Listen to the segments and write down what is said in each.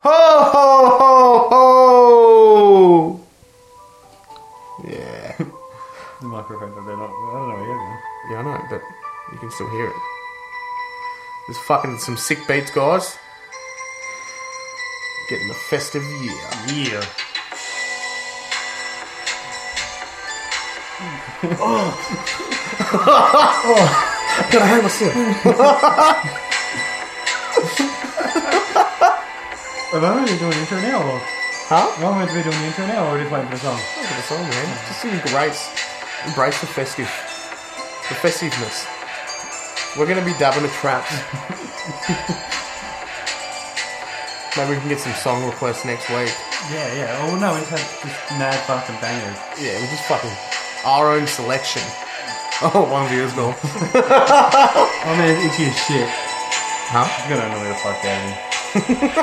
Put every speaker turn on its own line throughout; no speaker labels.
Ho ho ho ho! Yeah.
The microphone, they're not. I don't know where you're
Yeah, I know, but you can still hear it. There's fucking some sick beats, guys. Getting the festive year.
going. Yeah.
Gotta hang myself.
Am I meant to be doing the intro now, or
Huh?
am I meant to be doing the intro now, or just waiting for the song?
Look at the song, man. Just embrace, embrace the festive, the festiveness. We're gonna be dabbing the traps. Maybe we can get some song requests next week.
Yeah, yeah. Oh no, we just had just mad fucking bangers.
Yeah, we're just fucking our own selection. Oh, one viewer's gone.
Oh man, it's itchy as shit.
Huh?
It's gonna annoy the fuck out of me.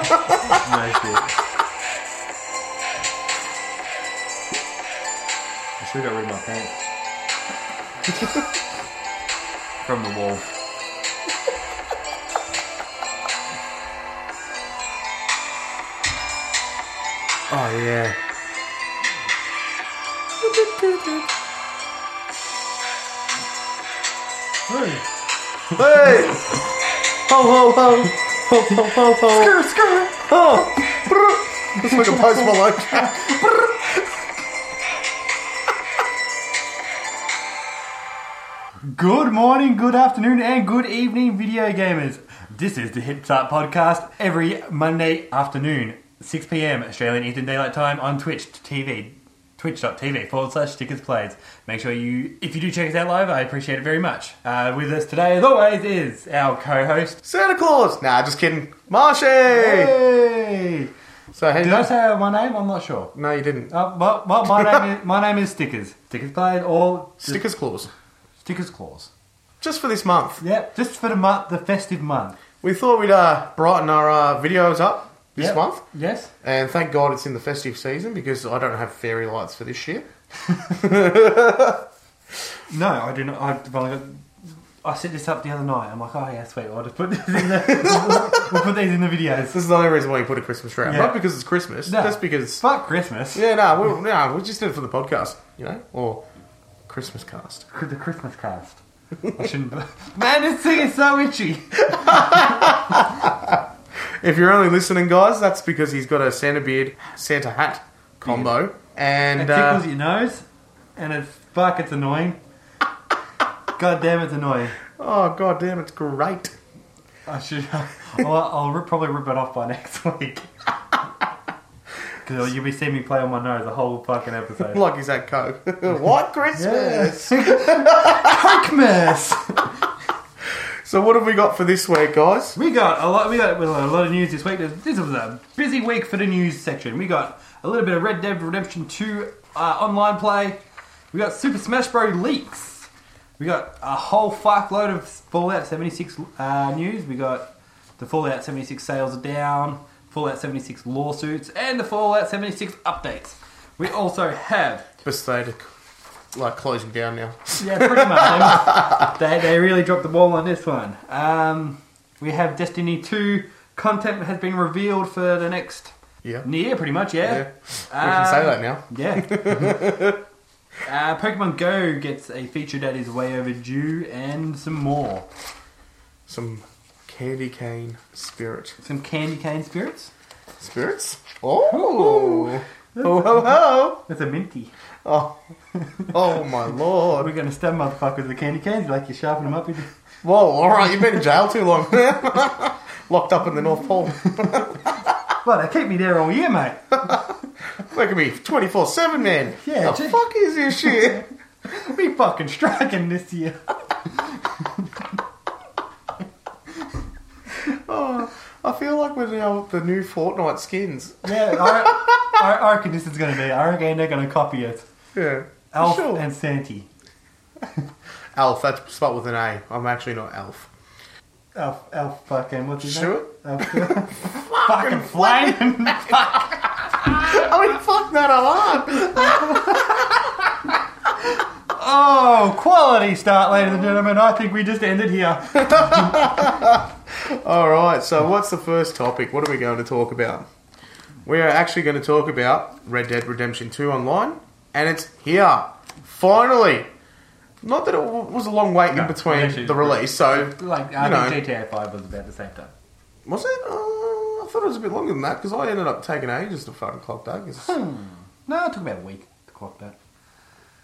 no shit. I should got rid of my pants. From the wall.
Oh yeah. Hey! Ho ho ho! Ho ho ho ho!
Skirt, skirt.
Oh! It's like a post Malone track.
Good morning, good afternoon, and good evening, video gamers. This is the Hip Start Podcast every Monday afternoon, 6 pm Australian Eastern Daylight Time on Twitch TV, twitch.tv forward slash stickers plays. Make sure you, if you do check us out live, I appreciate it very much. Uh, with us today, as always, is our co host.
Santa Claus! Nah, just kidding. Marshy!
Hey!
So, hey,
Did I say my name? I'm not sure.
no, you didn't.
Uh, well, well, my, name is, my name is Stickers. Stickers Plays or just
Stickers Claus.
Stickers Claws.
Just for this month.
Yep, just for the month, the festive month.
We thought we'd uh, brighten our uh, videos up this
Yep.
month.
Yes.
And thank God it's in the festive season because I don't have fairy lights for this year.
No, I do not. I've only got. I set this up the other night. I'm like, oh yeah, sweet. I'll just put this in the. we'll put these in the videos.
This is the only reason why you put a Christmas tree up.
Yeah.
Not because it's Christmas,
No.
just because.
Fuck Christmas.
Yeah, no, we, no, we just did it for the podcast, you know? Or Christmas cast.
The Christmas cast. I shouldn't. Man, this thing is so itchy.
If you're only listening, guys, that's because he's got a Santa beard, Santa hat combo,
It
and uh,
tickles your nose, and it's fuck. It's annoying. God damn, it's annoying.
oh god damn, it's great.
I should. I'll, I'll rip, probably rip it off by next week. Because you'll be seeing me play on my nose the whole fucking episode.
Like he's had coke. what Christmas?
Christmas.
So what have we got for this week, guys?
We got a lot. We got, we got a lot of news this week. This this was a busy week for the news section. We got a little bit of Red Dead Redemption Two uh, online play. We got Super Smash Bros. leaks. We got a whole fuckload of Fallout 76 uh, news. We got the Fallout 76 sales are down, Fallout 76 lawsuits, and the Fallout 76 updates. We also have
Best they to like close him down now.
yeah, pretty much. they, they really dropped the ball on this one. Um, we have Destiny 2 content has been revealed for the next
Yeah,
year, pretty much,
yeah.
yeah. Uh,
we can say that now.
Yeah. uh, Pokemon Go gets a feature that is way overdue and some more.
Some candy cane spirit
Some candy cane spirits.
spirits. Oh, ho ho ho!
That's a minty.
Oh, oh my lord!
We're going to stab motherfuckers with candy canes like you sharpen them up. you just-
Whoa! All right, you've been in jail too long. Locked up in the North Pole.
Well, they keep me there all year, mate.
Look at me, 24 7 man.
Yeah,
the
gee.
fuck is this shit?
We fucking striking this year.
oh, I feel like we're now the new Fortnite skins.
Yeah, I, I, I reckon this is going to be. I reckon they're going to copy it.
Yeah.
Elf
Sure.
and Santy.
Elf, that's spelled with an A. I'm actually not Elf.
Elf, elf, fucking what's his
Stuart?
name? Elf, fucking flame.
I mean, fuck that alarm.
oh, quality start, ladies and gentlemen. I think we just ended here.
All right, so what's the first topic? What are we going to talk about? We are actually going to talk about Red Dead Redemption 2 online, and it's here. Finally! Not that it w- was a long wait
No,
in between
it actually-
the release, so. You
Like
know.
I think GTA Five was about the same time.
Was it? Uh, I thought it was a bit longer than that, because I ended up taking ages to fucking clock that. 'cause-
Hmm. No, it took about a week to clock that.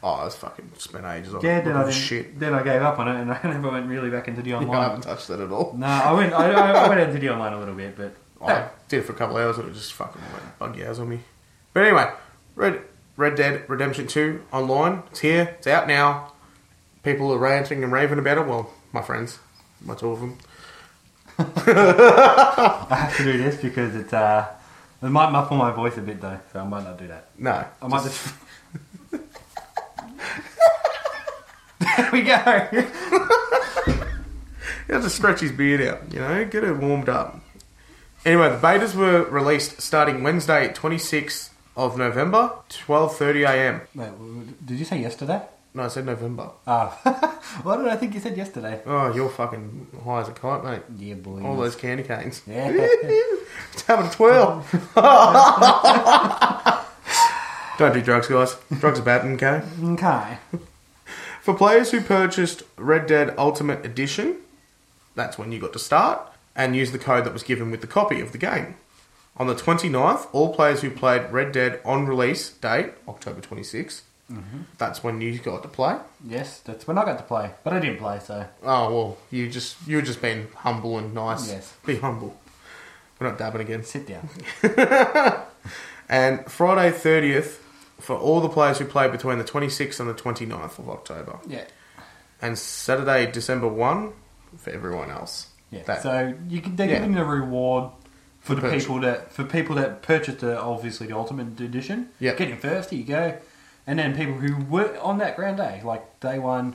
oh, I was fucking spent ages on
Yeah,
it.
then I
Looking
didn't-
shit.
Then I gave up on it, and I never went really back into the
Yeah, I haven't
online.
touched that at all.
no, I went. I, I I went into the online a little bit, but
I did it for a couple hours and it was just fucking like buggy hours on me. But anyway, Red Red Dead Redemption 2 online. It's here. It's out now. People are ranting and raving about it. Well, my friends. My two of them.
I have to do this because it's. Uh, it might muffle my voice a bit though, so I might not do that.
No.
I might just. there we go.
He has to stretch his beard out, you know, get it warmed up. Anyway, the betas were released starting Wednesday, 26th of November, 12.30am.
Wait, w- w- did you say yesterday?
No, I said November.
Ah, why did I think you said yesterday?
Oh, you're fucking high as a kite, mate.
Yeah, boy.
All those candy canes.
Yeah.
it's having a twirl. Don't do drugs, guys. Drugs are bad, okay?
Okay.
For players who purchased Red Dead Ultimate Edition, that's when you got to start, and use the code that was given with the copy of the game. On the 29th, all players who played Red Dead on release date, October 26th,
Mm-hmm.
that's when you got to play.
Yes, that's when I got to play, but I didn't play, so
Oh well, you just you were just being humble and nice.
Yes.
Be humble. We're not dabbing again.
sit down.
And Friday 30th for all the players who play between the 26th and the 29th of October.
Yeah.
And Saturday, December 1 for everyone else.
Yeah.
That-
So you can, they're
Yeah.
giving a reward
For
for, the
purchase.
people that for people that purchased the obviously the ultimate edition.
Yep.
Get in first, here you go. And then people who were on that grand day, like day one.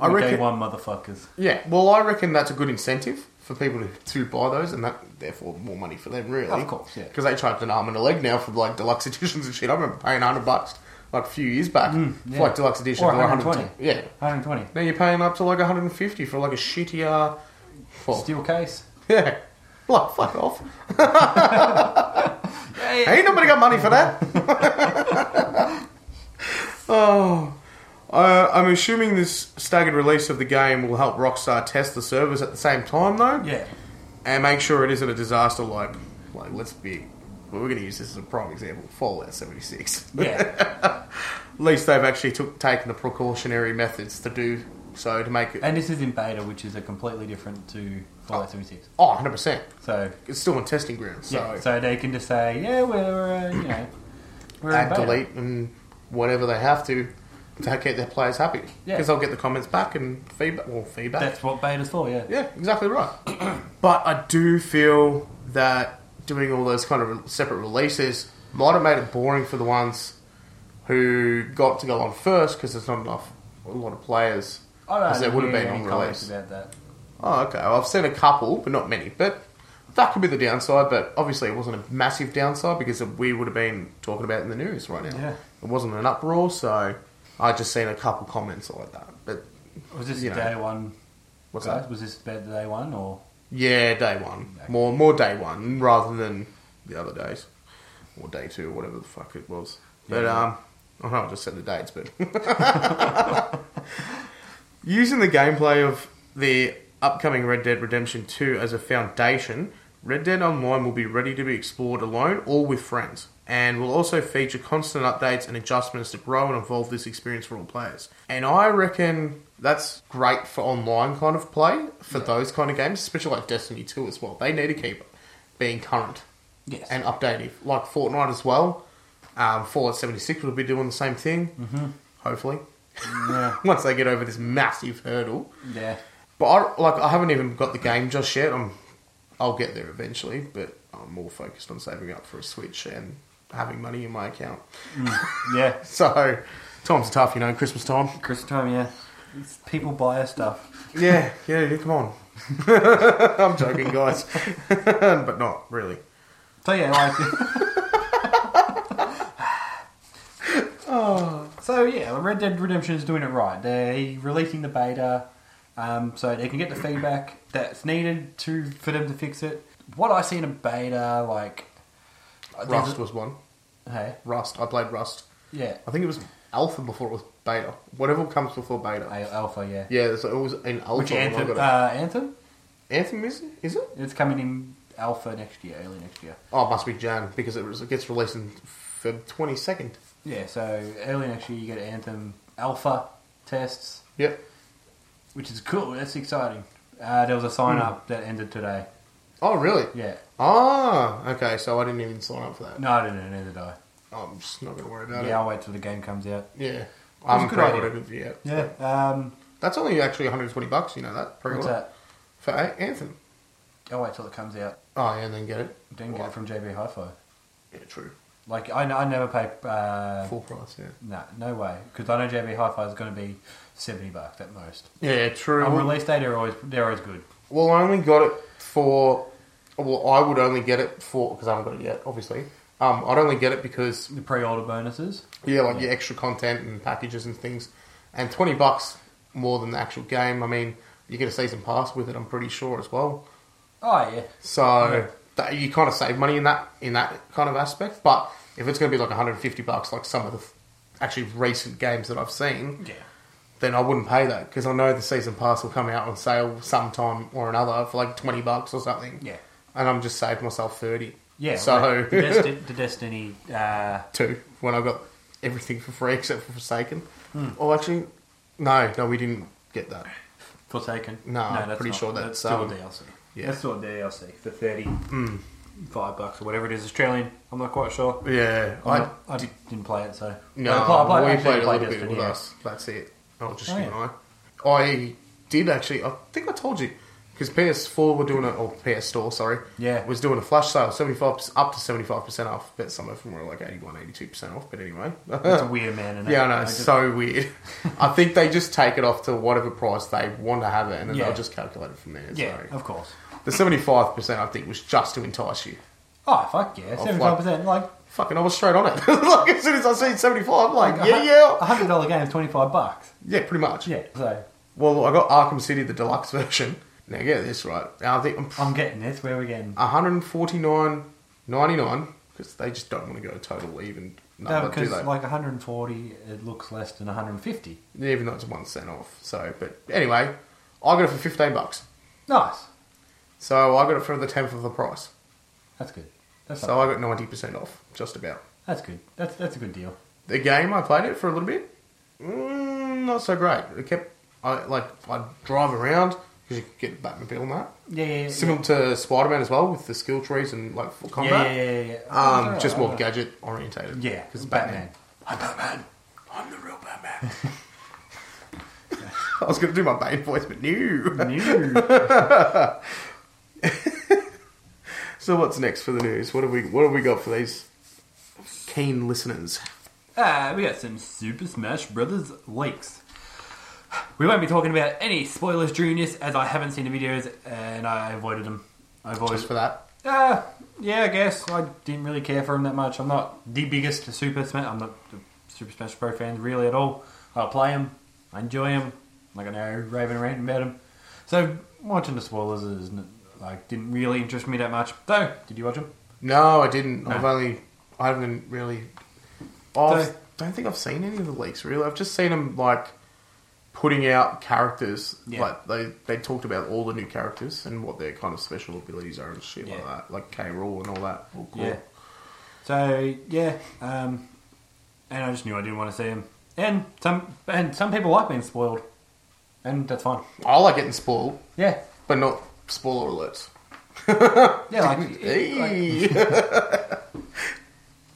I
the
reckon-
day one motherfuckers.
yeah, well, I reckon that's a good incentive for people to, to buy those and that therefore more money for them, really.
Of course, yeah.
Because they charge an arm and a leg now for like deluxe editions and shit. I remember paying 100 bucks like a few years back
Mm, yeah.
for like deluxe editions
Or
120.
120.
Yeah.
120.
Now you're paying up to like 150 for like a shitty, uh, well,
Steel case.
yeah. Like, fuck off.
Yeah, yeah.
Ain't nobody got money for that. oh, uh, I'm assuming this staggered release of the game will help Rockstar test the servers at the same time, though,
Yeah.
and make sure it isn't a disaster. Like, like let's be, well, we're going to use this as a prime example: Fallout 76.
Yeah.
At least they've actually took taken the precautionary methods to do so to make it.
and this is in beta, which is a completely different to Fallout 76.
Oh, 100 percent.
So
It's still on testing grounds.
yeah,
So,
so they can just say, yeah, we're uh, you know, we're in
add,
beta.
delete, and whatever they have to to keep their players happy. Because
Yeah.
they'll get the comments back and feedback. Well, feedback.
That's what beta's for, yeah.
yeah, exactly right. but I do feel that doing all those kind of separate releases might have made it boring for the ones who got to go on first because there's not enough a lot of players
I don't
as there would have
hear
been on
any comments
release.
about that.
Oh, okay. Well, I've seen a couple, but not many. But that could be the downside. But obviously, it wasn't a massive downside because we would have been talking about it in the news right now.
Yeah.
It wasn't an uproar, so I just seen a couple comments like that. But
Was this
You know.
day one?
what's
guys?
that?
Was this about the day one or?
Yeah, day one.
Okay.
More more day one rather than the other days or day two, whatever the fuck it was. But
Yeah.
um, I know I just said the dates, but using the gameplay of the upcoming Red Dead Redemption Two as a foundation, Red Dead Online will be ready to be explored alone or with friends, and will also feature constant updates and adjustments to grow and evolve this experience for all players. And I reckon. That's great for online kind of play for those kind of games, especially like Destiny 2 as well. They need to keep being current
Yes.
and updated, like Fortnite as well. Um, Fallout 76 will be doing the same thing, mm-hmm. hopefully,
yeah.
once they get over this massive hurdle.
yeah.
But I, like, I haven't even got the game just yet. I'm, I'll get there eventually, but I'm more focused on saving up for a Switch and having money in my account.
Yeah.
So, times are tough, you know, Christmas time.
Christmas time, yeah. It's people buy us stuff.
Yeah, yeah, yeah, come on. I'm joking, guys, but not really.
So yeah, like. So yeah, Red Dead Redemption is doing it right. They're releasing the beta, um, so they can get the feedback that's needed to for them to fix it. What I see in a beta, like there's
Rust
a-
was one.
Hey.
Rust. I played Rust.
Yeah.
I think it was Alpha before it was Beta. Whatever comes before Beta.
Al- Alpha, yeah.
Yeah, so it was an Alpha.
Which
when I
Anthem?
got it.
Uh, Anthem?
Anthem is it? Is it?
It's coming in Alpha next year, early next year.
Oh, it must be Jan because it, was, it gets released in Feb twenty second.
Yeah, so early next year you get Anthem Alpha tests,
Yep.
which is cool. That's exciting. Uh, there was a sign up that ended today.
Oh really?
Yeah.
Ah, okay. So I didn't even sign up for that.
No, I didn't. Neither did I.
I'm just not gonna worry about
yeah, I'll wait till the game comes out.
it. Yeah. I haven't
a good idea.
pre-ordered it yet.
Yeah. Um,
That's only actually 120 bucks. You know that
what's
pre-order
that?
for A- Anthem.
I'll wait till it comes out.
Oh yeah, and then get it.
Didn't get
Well,
it from JB Hi-Fi.
Yeah, true.
Like I, I never pay. Uh,
Full price. Yeah.
no, no way. Because I know JB Hi-Fi is going to be seventy bucks at most.
Yeah, true.
On
Well,
release day, they're always they're always good.
Well, I only got it for. Well, I would only get it for because I haven't got it yet, obviously. Um, I'd only get it because
The pre-order bonuses.
yeah, like your extra content and packages and things, and twenty bucks more than the actual game. I mean, you get a season pass with it. I'm pretty sure as well.
Oh yeah.
So that, you kind of save money in that in that kind of aspect. But if it's going to be like 150 bucks, like some of the f- actually recent games that I've seen,
Yeah.
then I wouldn't pay that because I know the season pass will come out on sale sometime or another for like 20 bucks or something.
Yeah.
And I'm just saved myself 30.
Yeah.
So
like, the, Desti- the Destiny. Uh,
two when I got everything for free except for Forsaken.
Hmm.
Oh, actually, no, no, we didn't get that.
Forsaken.
No, I'm pretty sure that's,
still
um,
a DLC.
yeah. Hmm.
That's still a DLC for thirty five bucks or whatever it is Australian. I'm not quite sure.
Yeah,
I'm
I
not- I, did, not play it, so
no,
I played- I played-
we
actually
played a little bit
Destiny,
with
yeah.
us. That's it. Not just
Oh,
you
yeah.
and I. I did actually. I think I told you because PS4 were doing it, or PS Store, sorry,
Yeah.
was doing a flash sale, seventy five up to seventy five percent off. But some of them were like 81 82 percent off. But anyway,
It's a weird man. Isn't it?
Yeah, I know.
I
It's
just-
so weird. I think they just take it off to whatever price they want to have it, and then
Yeah.
they'll just calculate it from there.
yeah,
so.
of course.
The seventy-five percent, I think, was just to entice you.
Oh fuck yeah,
Oh,
seventy five percent. Like
Fucking, I was straight on it. like as soon as I seen seventy-five, I'm like,
a
yeah,
hu-
yeah,
a hundred dollar game is twenty five bucks.
yeah, pretty much.
Yeah, so
Well, I got Arkham City the deluxe version. Now get this right. Now, I think I'm
I'm getting this. Where are we getting?
one hundred forty-nine ninety-nine because they just don't want to go total even
No,
number, do
because
they?
like 140, it looks less than 150.
even though it's one cent off. So, but anyway, I got it for fifteen bucks.
Nice.
So I got it for the tenth of the price.
That's good. That's
So I got ninety percent off, just about.
that's good. That's that's a good deal.
The game I played it for a little bit, mm, not so great. It kept I like I'd drive around because you could get the Batmobile and that.
Yeah, yeah, yeah.
Similar to Spider Man as well with the skill trees and like full
yeah,
combat.
yeah, yeah, yeah, yeah.
Um,
Alright,
just more
alright.
gadget orientated.
Yeah,
because Batman.
Batman.
I'm Batman. I'm the real Batman. I was going to do my Bane voice, but no.
New.
So what's next for the news? What have we What have we got for these keen listeners?
uh, we got some Super Smash Brothers leaks. We won't be talking about any spoilers during this, as I haven't seen the videos and I avoided them. I avoided
Just for that.
Uh, yeah, I guess I didn't really care for him that much. I'm not the biggest Super Smash. I'm not a Super Smash Pro fan really at all. I play him. I enjoy him. Like I know raving and ranting about him. So watching the spoilers is n- like didn't really interest me that much. Though, did you watch him?
No, I didn't.
No.
I've only I haven't really. I
So-
don't think I've seen any of the leaks really. I've just seen them like putting out characters.
Yeah.
Like they they talked about all the new characters and what their kind of special abilities are and shit like
Yeah.
that, like K. Rule and all that. Oh, cool.
Yeah. So yeah, um, and I just knew I didn't want to see him. And some and some people like being spoiled, and that's fine.
I like getting spoiled,
Yeah,
but not spoiler alerts.
yeah. Like, like
Hey.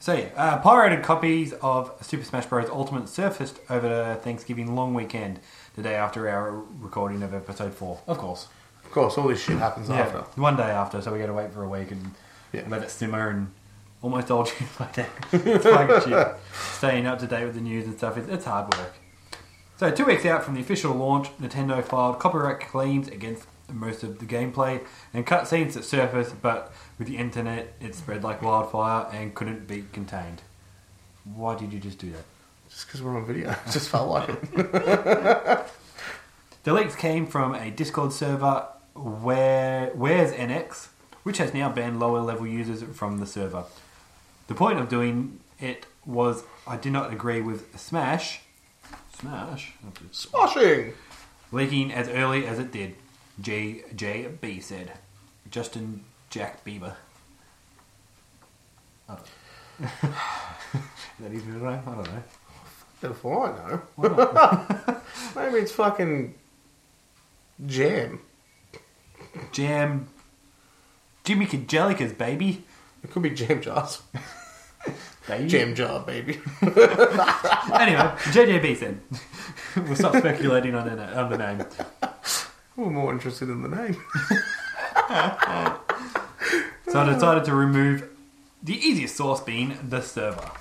So yeah, uh, pirated copies of Super Smash Bros. Ultimate surfaced over the Thanksgiving long weekend, the day after our recording of episode four. Of course,
of course, all this shit happens after.
one day after, so we got to wait for a week and
Yeah.
let it simmer and almost all shit like that. It's like shit. Staying up to date with the news and stuff, it's, it's hard work. So two weeks out from the official launch, Nintendo filed copyright claims against most of the gameplay and cutscenes that surfaced, but with the internet, it spread like wildfire and couldn't be contained. Why did you just do that?
Just because we're on video, it just felt like it.
The leaks came from a Discord server where where's NX, which has now banned lower level users from the server. The point of doing it was I did not agree with Smash. Smash?
Smashing!
Leaking as early as it did, JJB said. Justin Jack Bieber. Oh. I don't know. Is that even a rhyme? I don't know.
If I know. Maybe it's fucking jam.
Jam. Jimmy Kajelica's baby.
It could be jam jars.
Baby.
Jam jar, baby.
Anyway, JJB said. we'll stop speculating on, the- on the name.
We're more interested in the name.
So I decided to remove the easiest source being the server.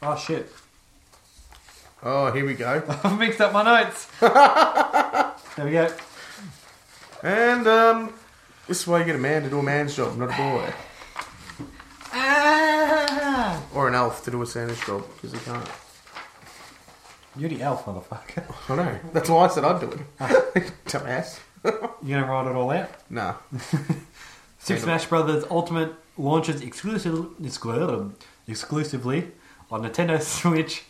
Oh shit.
Oh, here we go.
I've mixed up my notes. there we go.
And um, this is why you get a man to do a man's job, not a boy.
Ah!
Or an elf to do a Santa's job, because he can't.
You're the elf, motherfucker.
I know. That's why I said I'd do it. Dumbass.
You gonna roll it all out?
Nah.
Super Smash Brothers Ultimate launches exclusive, exclu- exclusively on Nintendo Switch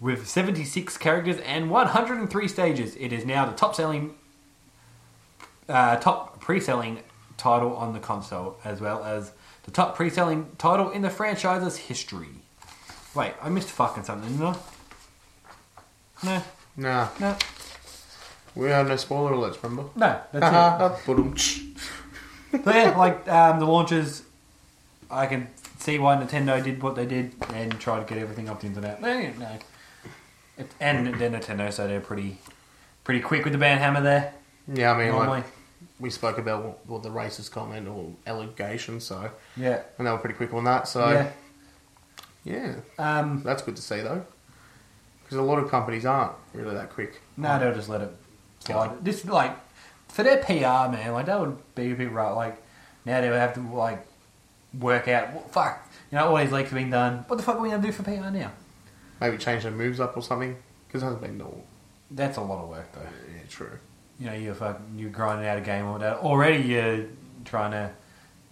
with 76 characters and 103 stages. It is now the top-selling, uh, top pre-selling title on the console, as well as the top pre-selling title in the franchise's history. Wait, I missed fucking something, didn't I? No,
Nah.
no,
We have no spoiler alerts, remember?
no. That's it.
Haha. Ba-dum-tsh.
So yeah, like um, the launches, I can see why Nintendo did what they did and tried to get everything off the internet. They, no. It- And they're Nintendo, so they're pretty, pretty quick with the band hammer there.
yeah, I mean,
Normally,
like, we spoke about what, what the racist comment or allegation, so.
yeah,
And they were pretty quick on that, so.
yeah.
yeah.
Um,
That's good to see, though. Because a lot of companies aren't really that quick.
no, they'll just let it slide. This like for their PR, man. Like that would be a bit right. Like now they would have to like work out. Well, fuck, you know, all these leaks have been done. What the fuck are we gonna do for PR now?
Maybe change their moves up or something. Because it hasn't been normal.
That's a lot of work, though.
Yeah, true.
you know, you're fucking, you're grinding out a game or that. Already you're trying to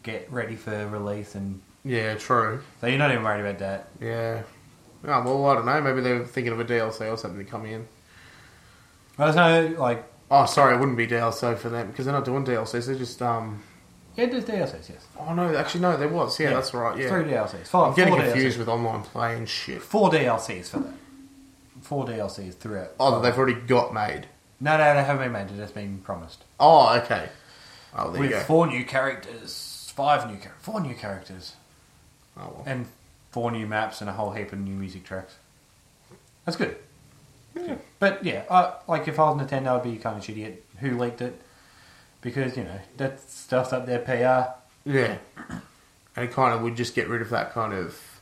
get ready for release, and
Yeah, true.
so you're not even worried about that.
Yeah. Oh, well, I don't know. Maybe they were thinking of a DLC or something to come in.
Well, there's no like
Oh, sorry, it wouldn't be DLC for them because they're not doing DLCs. They're just um.
yeah, there's DLCs, yes.
Oh no, actually no, there was. Yeah,
Yeah.
that's right. Yeah,
Three DLCs. Four,
I'm getting
four
confused
DLCs.
with online play and shit.
Four DLCs for that. Four DLCs throughout.
Oh, that they've already got made.
No, no, they haven't been made. They've just been promised.
Oh, okay. Oh, there
With
you go.
four new characters, five new char- four new characters,
Oh, well.
and four new maps and a whole heap of new music tracks. That's good.
Yeah.
But yeah, I, like if I was Nintendo, I'd be kind of shitty at who leaked it because you know that stuff's up their PR.
Yeah. And it kind of would just get rid of that kind of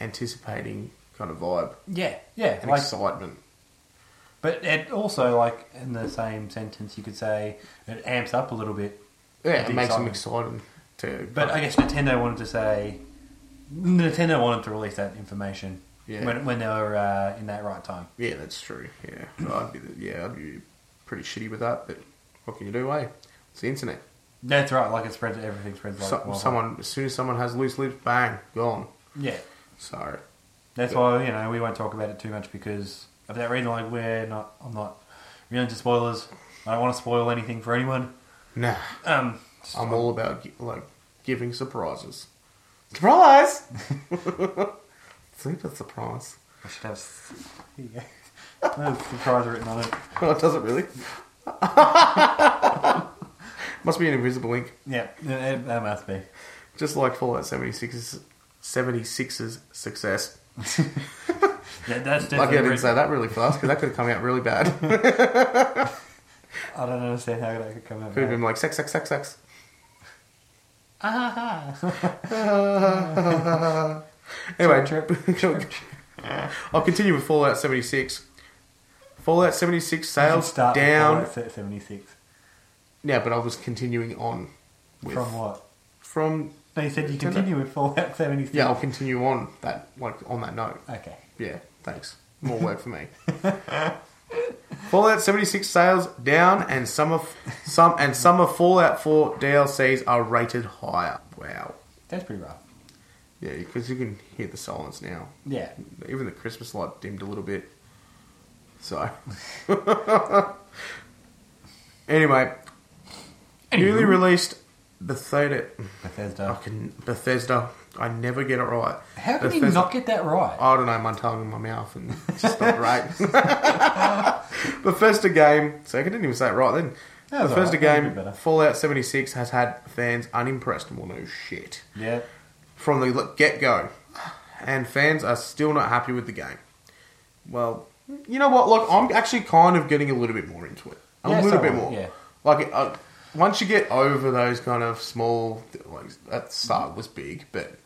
anticipating kind of vibe
Yeah, yeah.
and
Like,
excitement.
but it also like in the same sentence, you could say it amps up a little bit.
Yeah,
the
it makes them
excitement.
excited to.
But I guess Nintendo wanted to say Nintendo wanted to release that information
Yeah.
when when they were uh, in that right time.
Yeah, that's true. Yeah, I'd be yeah, I'd be pretty shitty with that. But what can you do? Eh? It's the internet.
That's right. Like it spreads. Everything spreads like
So-
wildfire.
someone as soon as someone has loose lips, bang, gone.
Yeah.
So
That's why you know we won't talk about it too much because of that reason. Like we're not, I'm not really into spoilers. I don't want to spoil anything for anyone.
nah,
Um,
I'm all about gi- like giving surprises. Surprise! Super surprise.
I should have. s- Here you go. There's a surprise written on it.
Oh, does it really? Must be an invisible ink,
Yeah, yeah, it- that must be.
just like Fallout 76's, 76's success.
Yeah, that's
Lucky I
definitely.
didn't
written-
say that really fast because that could have come out really bad.
I don't understand how that could come out.
Could have
bad.
been like sex, sex, sex, sex. anyway,
Chirp,
I'll continue with Fallout 76. Fallout 76
You
sales
should start with
down.
Fallout set seventy six.
Yeah, but I was continuing on with
From what?
from-
No, you said you continue with Fallout seventy six.
yeah. I'll continue on that like on that note.
Okay.
Yeah, thanks. More work for me. Fallout 76 sales down, and some of some and some of Fallout 4 DLCs are rated higher. Wow.
That's pretty rough.
Yeah, because you can hear the silence now.
Yeah.
Even the Christmas light dimmed a little bit. So. anyway, newly
Anywho.
released Bethesda. I
Bethesda.
can, Bethesda. I never get it right.
How can
Bethesda, Oh.
you not get that right?
I don't know. My tongue in my mouth and it's just not right. Bethesda game. So I didn't even say it right then.
That was
Bethesda
alright, that was a bit
game.
better.
Fallout 76 has had fans unimpressed. Well, no shit
yeah.
from the get go, and fans are still not happy with the game. Well, you know what? Look, I'm actually kind of getting a little bit more into it. A
Yeah,
little
so
bit
am I,
more.
yeah.
Like uh, once you get over those kind of small, like that start was big, but it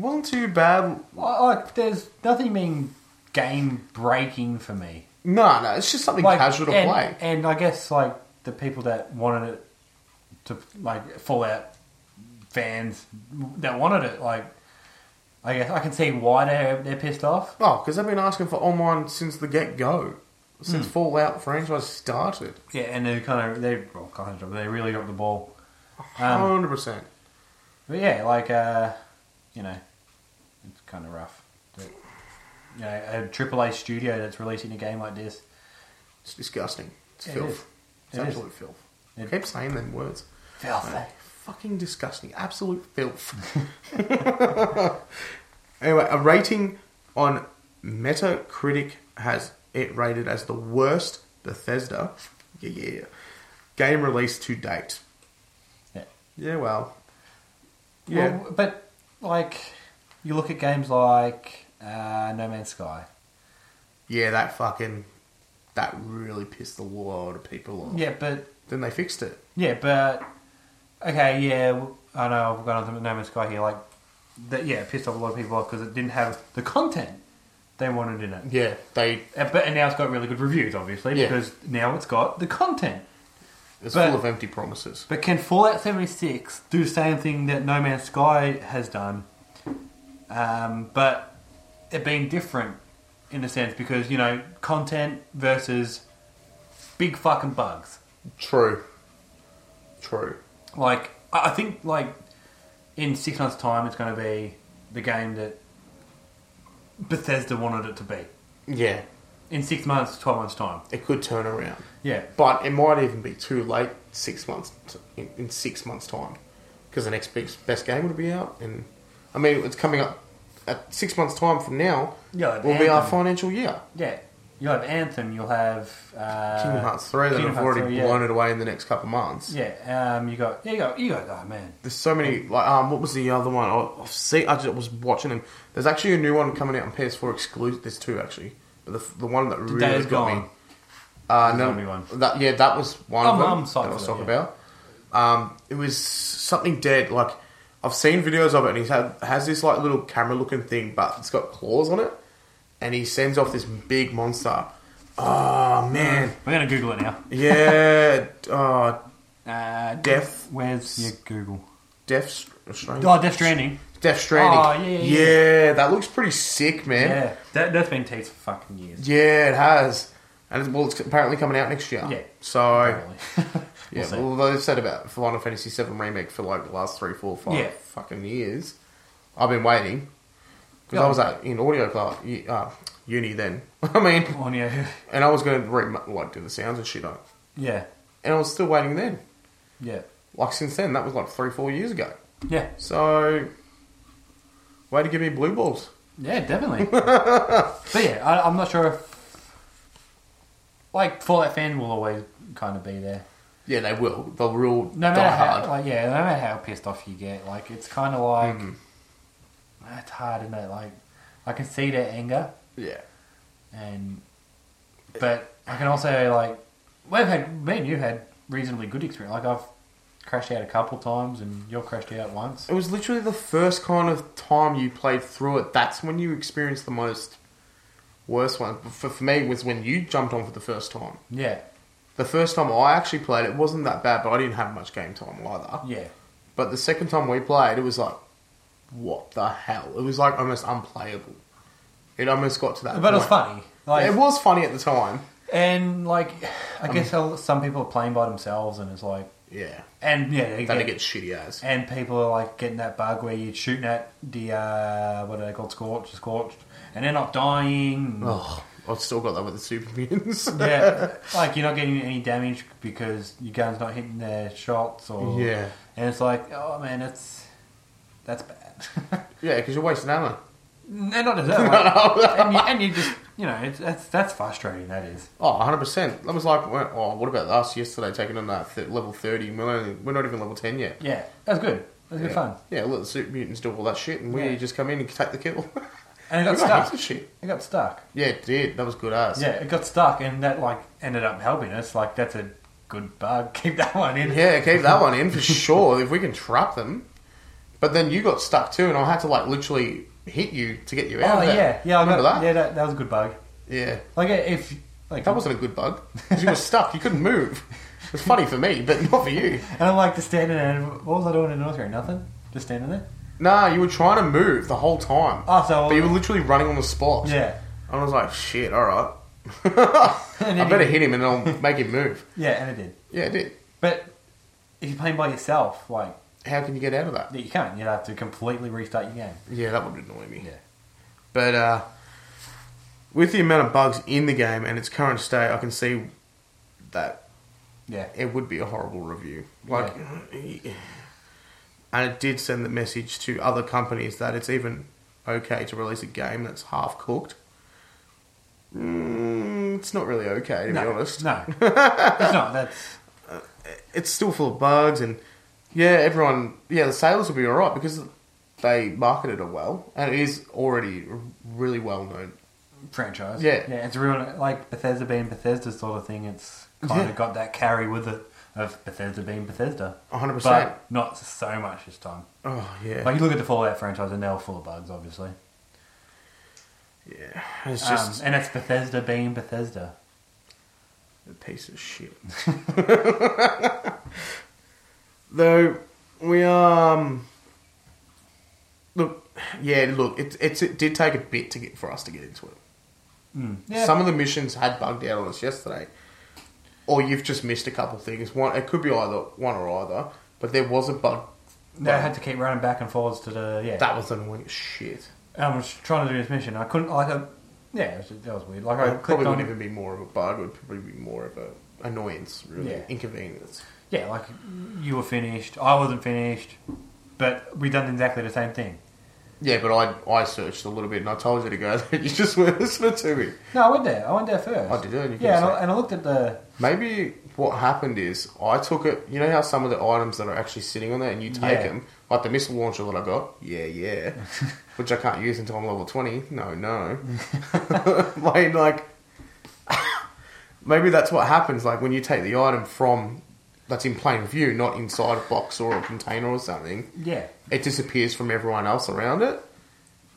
wasn't too bad.
Like, like, there's nothing being game breaking for me.
No, no, it's just something
Like,
casual to
and,
play.
And I guess like the people that wanted it to like Fallout fans that wanted it, like I guess I can see why they're they're pissed off.
Oh, because I've been asking for online since the get go,
Hmm.
since Fallout franchise started.
Yeah, and they kind of they well, kind of dropped- they really dropped the ball. Um,
Hundred percent.
But yeah, like uh, you know, it's kind of rough. But, you know, a AAA studio that's releasing a game like this,
It's disgusting. It's
It
filth.
is.
It's
It is.
absolute filth.
It- Oh,
keep saying them words.
filthy.
Fucking disgusting. Absolute filth. anyway, a rating on Metacritic has it rated as the worst Bethesda yeah, yeah, game released to date.
Yeah.
Yeah, well. Yeah.
Yeah. Well, but like, you look at games like uh, No Man's Sky.
yeah, that fucking. That really pissed a lot of people off.
Yeah, but
Then they fixed it.
yeah, but okay, yeah. w- I know I've gone on to No Man's Sky here. Like, that yeah, it pissed off a lot of people off because it didn't have the content they wanted in it.
Yeah, they.
Uh, But and now it's got really good reviews, obviously,
Yeah.
because now it's got the content.
It's
But-
full of empty promises.
But can Fallout 76 do the same thing that No Man's Sky has done? Um, but it being different in a sense because, you know, content versus big fucking bugs.
True. True.
Like, I I think, like, in six months' time, it's going to be the game that Bethesda wanted it to be.
Yeah,
In six months, 12 months' time.
it could turn around.
Yeah.
But it might even be too late six months t- in, in six months' time because the next big, best game would be out, and I mean it's coming up at six months' time from now.
Yeah, like
will be our
Anthem.
financial year.
Yeah. You'll have Anthem, you'll have. Uh,
Kingdom Hearts three that
Kingdom
have
Hearts
already
3, yeah.
blown it away in the next couple of months.
Yeah, um, you got, yeah, you got, you got, oh man,
There's so many. Like, um, what was the other one? I, I've seen. I just was watching them. There's actually a new one coming out on PS4 exclusive. There's two actually, but the, the one that really
Days
got me.
Gone.
Uh,
The
no,
zombie one.
That, yeah, that was one of
I'm-
them
I'm psyched
that I
for
was
that,
talking
yeah.
about. Um, it was something dead. Like I've seen videos of it, and he's had has this like little camera looking thing, but it's got claws on it, and he sends off this big monster. Oh man,
We're gonna Google it now.
yeah. oh,
Uh,
Death.
Where's your Google?
Death. Str- Stranding.
Oh, Death Stranding.
Death Stranding.
Oh, yeah, yeah, yeah.
that looks pretty sick, man.
Yeah, that, that's been teased for fucking years.
Yeah, it has. And it's, well, it's apparently coming out next year.
Yeah.
So
Apparently. We'll
yeah,
see.
well, they've said about Final Fantasy VII remake for like the last three, four, five
Yeah.
fucking years. I've been waiting because I
Yeah.
was at in audio class, u- uh, uni then. I mean,
On your,
and I was going to re- like do the sounds and shit on, it.
yeah,
and I was still waiting then.
yeah,
Like since then, that was like three, four years ago.
yeah,
So, way to give me blue balls.
yeah, definitely. but yeah, I, I'm not sure if like Fallout fan will always kind of be there,
Yeah, they will. They'll real
no
die
matter
hard.
how. Like, yeah, no matter how pissed off you get, like it's kind of like
Mm-hmm.
it's hard, isn't it? Like I can see their anger.
yeah,
and but I can also like we've had me and you had reasonably good experience. Like I've crashed out a couple times, and you're crashed out once.
it was literally the first kind of time you played through it. That's when you experienced the most worst one. For, for me, was when you jumped on for the first time.
Yeah,
The first time I actually played, it wasn't that bad, but I didn't have much game time either.
yeah,
But the second time we played, it was like, what the hell? It was like almost unplayable. It almost got to that.
but it was
point.
funny. Like
it was funny at the time.
and like I guess some people are playing by themselves, and it's like
Yeah.
And yeah, they
Then it
get-
gets shitty as.
and people are like getting that bug where you're shooting at the uh, what are they called, scorched, scorched, and they're not dying.
Oh, I've still got that with the super mutants.
yeah, like you're not getting any damage because your gun's not hitting their shots, or
Yeah.
and it's like, oh man, that's that's bad.
yeah, because you're wasting ammo.
and not just that, like, and, you, and you just you know, it's, that's that's frustrating. That is.
Oh, 100%. That was like, when- oh, what about us yesterday taking on that th- level 30? We're, only, we're not even level 10 yet.
Yeah, that's good. That's good
yeah.
fun.
Yeah, let the super mutants do all that shit and we
Yeah.
just come in and take the kill.
And it
We
got
don't have
stuck.
to shit.
It got stuck.
Yeah, it did. That was good ass.
Yeah, it got stuck, and that like ended up helping us. Like that's a good bug. Keep that one in.
Yeah, keep that one in for sure if we can trap them. But then you got stuck too, and I had to like literally hit you to get you out.
Oh
of that.
yeah, yeah, I
remember
got,
that?
yeah, that, that was a good bug.
Yeah.
Like if like
that wasn't a good bug 'cause you were stuck. You couldn't move. It was funny for me, but not for you.
and I'm like just standing there. and What was I doing in North Korea? Nothing. Just standing there.
Nah, you were trying to move the whole time,
Oh, so
but you were literally running on the spot.
yeah,
and I was like, shit, all right.
And
I
it
better
did.
hit him and I'll make him move.
yeah, and it did.
Yeah, it did.
But if you're playing by yourself, like
How can you get out of that?
you can't. You'd have to completely restart your game.
Yeah, that would annoy me.
Yeah.
But uh, with the amount of bugs in the game and its current state, I can see that
Yeah.
it would be a horrible review. Like, and it did send the message to other companies that it's even okay to release a game that's half cooked. Mm, it's not really okay, to
no,
be honest.
No. it's not. That's
It's still full of bugs, and yeah, everyone, yeah, the sales will be alright because they marketed it well, and it is already really well known
franchise.
Yeah.
Yeah. It's real like Bethesda being Bethesda sort of thing. It's kind
Yeah.
of got that carry with it of Bethesda being Bethesda.
100%.
But not so much this time.
oh, yeah.
Like you look at the Fallout franchise, and they're full of bugs, obviously.
yeah. It's
Um,
just
and it's Bethesda being Bethesda.
a piece of shit. Though, we um. Look, yeah, look, it, it's, it did take a bit to get for us to get into it.
Yeah.
Some of the missions had bugged out on us yesterday, or you've just missed a couple things. One, it could be either one or either, but there was a bug.
they had to keep running back and forwards to the yeah.
That was annoying as shit.
And I was trying to do this mission. I couldn't like I, yeah. It was, that was weird. Like I
It probably
clicked on
wouldn't even be more of a bug. It would probably be more of a annoyance, really
Yeah.
inconvenience.
yeah. Like you were finished. I wasn't finished. But we done exactly the same thing.
Yeah, but I I searched a little bit and I told you to go there. You just weren't listening to me.
No, I went there. I went there first.
Oh, did you? You couldn't
yeah, and
say.
I, and I looked at the
Maybe what happened is I took it. You know how some of the items that are actually sitting on there and you take
Yeah.
them, like the missile launcher that I got. Yeah, yeah, which I can't use until I'm level twenty. No, no. like like maybe that's what happens. Like when you take the item from that's in plain view, not inside a box or a container or something.
yeah.
it disappears from everyone else around it,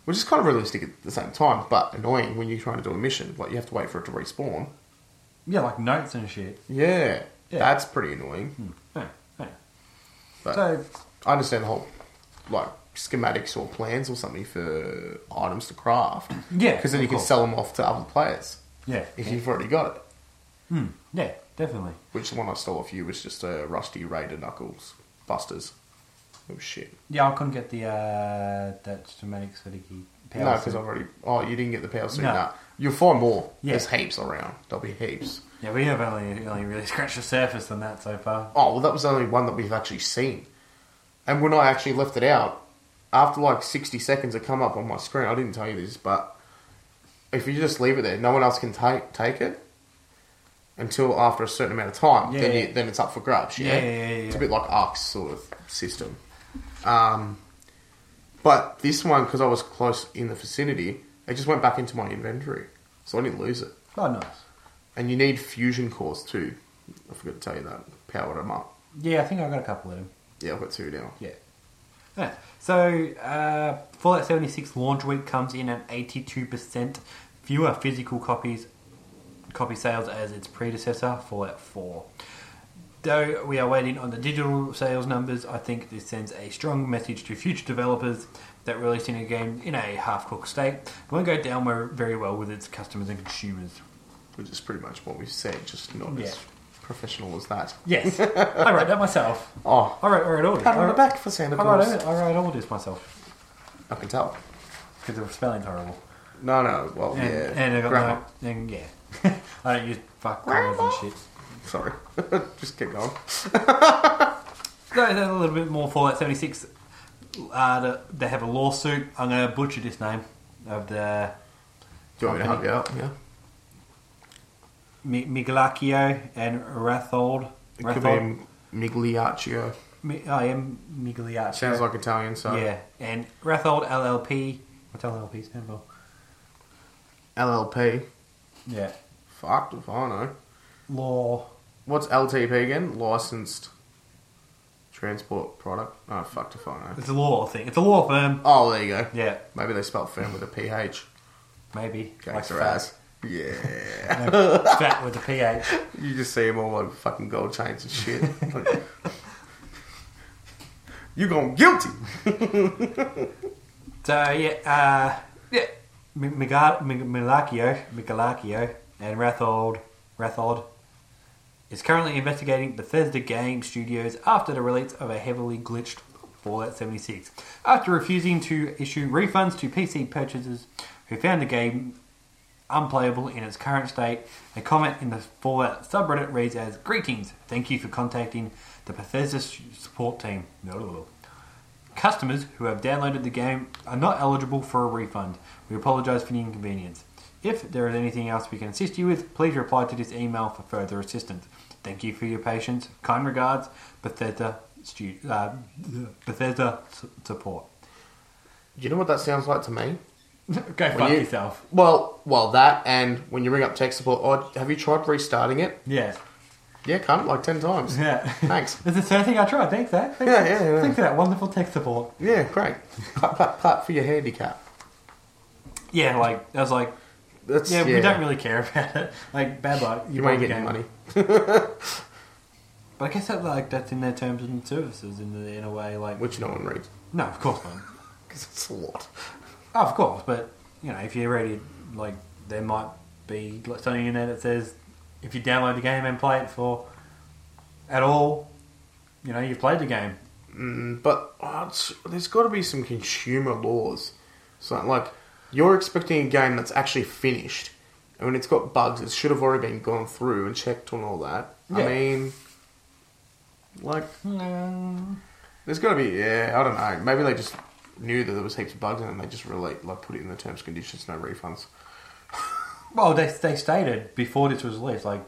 which is kind of realistic at the same time, but annoying when you're trying to do a mission. Like you have to wait for it to respawn.
Yeah, like notes and shit.
Yeah,
Yeah.
that's pretty annoying.
Yeah, yeah.
But
So
I understand the whole like schematics or plans or something for items to craft.
Yeah,
because then you
of
can
course.
sell them off to other players
yeah,
if you've already got it.
Hmm, yeah, definitely.
Which the one I stole off you was just a rusty Raider Knuckles Busters. Oh shit!
Yeah, I couldn't get the uh, that schematics for the key. power
no,
suit.
because I've already. Oh, you didn't get the power suit.
No.
Nah. You'll find more.
Yeah.
There's heaps around. There'll be heaps.
Yeah, we have only, only really scratched the surface on that so far.
oh well that was the only one that we've actually seen and when i actually left it out after like 60 seconds it come up on my screen i didn't tell you this but if you just leave it there no one else can take take it until after a certain amount of time
Yeah,
then,
yeah.
You, then it's up for grabs yeah?
Yeah, yeah, yeah, yeah,
it's a
yeah.
bit like arc's sort of system um, but this one because i was close in the vicinity it just went back into my inventory so i didn't lose it
Oh, nice.
and you need fusion cores too i forgot to tell you that powered them up
Yeah, I think I got a couple of them.
yeah i've got two now
Yeah. Yeah. So, uh, Fallout 76 launch week comes in at 82% fewer physical copies copy sales as its predecessor, Fallout 4. Though we are waiting on the digital sales numbers, I think this sends a strong message to future developers that releasing a game in a half-cooked state won't go down very well with its customers and consumers.
which is pretty much what we've said, just not
Yeah.
as professional was that?
Yes, I wrote that myself.
Oh,
I wrote, I wrote all this.
pat
I
on the
wrote,
back for Santa
I wrote,
Claus.
it- I wrote all this myself
I can tell.
because the spelling's horrible.
No, no. Well,
And,
yeah.
and I got
Grammar.
no. And yeah, I don't use fuck words and shit.
Sorry. Just keep going.
So there's a little bit more Fallout 76. Uh, the- they have a lawsuit. I'm going to butcher this name of the
Do you want me to help you out? Yeah.
Mi- Miglaccio and Rathold.
It could be Migliaccio.
Mi- I am Migliaccio.
Sounds like Italian, so
yeah, and Rathold LLP. What's LLP stand for?
LLP.
Yeah,
Fucked if I know.
law.
What's LTP again? Licensed Transport Product. Oh, fucked if I know.
It's a law thing. It's a law firm.
Oh, there you go.
Yeah,
Maybe they spelled firm with a PH.
maybe.
Gangster
fat.
ass. Yeah.
fat with a PH.
You just see them all like fucking gold chains and shit. Like, you gone guilty.
So yeah, uh, yeah, M- Migal- Mig- Milakio, Migalakio, and Rathold, Rathold is currently investigating Bethesda Game Studios after the release of a heavily glitched Fallout 76, after refusing to issue refunds to PC purchasers who found the game unplayable in its current state. A comment in the Fallout subreddit reads as Greetings, thank you for contacting the Bethesda s- support team. Customers who have downloaded the game are not eligible for a refund. We apologise for the inconvenience. If there is anything else we can assist you with, please reply to this email for further assistance. Thank you for your patience. Kind regards, Bethesda, stu- uh, Bethesda su- support.
Do you know what that sounds like to me?
Go fuck
you-
yourself.
Well, well, that and when you ring up tech support, oh, have you tried restarting it?
Yeah.
Yeah, cunt, like ten times.
Yeah.
Thanks.
It's the third thing I tried. Thanks, Zach. Thanks,
Yeah, yeah, yeah.
Thanks for that wonderful tech support.
Yeah, great. clap, clap, clap for your handicap.
Yeah, like, I was like,
That's,
yeah, we don't really care about it. Like, bad luck.
You won't
bought the
get any
game.
money.
But I guess that like that's in their terms and services in the, in a way like
Which no one reads.
no, of course not.
Because it's a lot.
Oh, of course, but you know if you're ready, like there might be like, something in there that says if you download the game and play it for at all, you know you've played the game.
Mm, but oh, it's, there's got to be some consumer laws. So, like, you're expecting a game that's actually finished. and when it's got bugs, it should have already been gone through and checked on all that. I
Yeah.
mean, like,
Mm,
there's got to be, yeah, I don't know. Maybe they just knew that there was heaps of bugs in it and they just relate, like, put it in the terms and conditions, no refunds.
Well, they they stated before this was released like.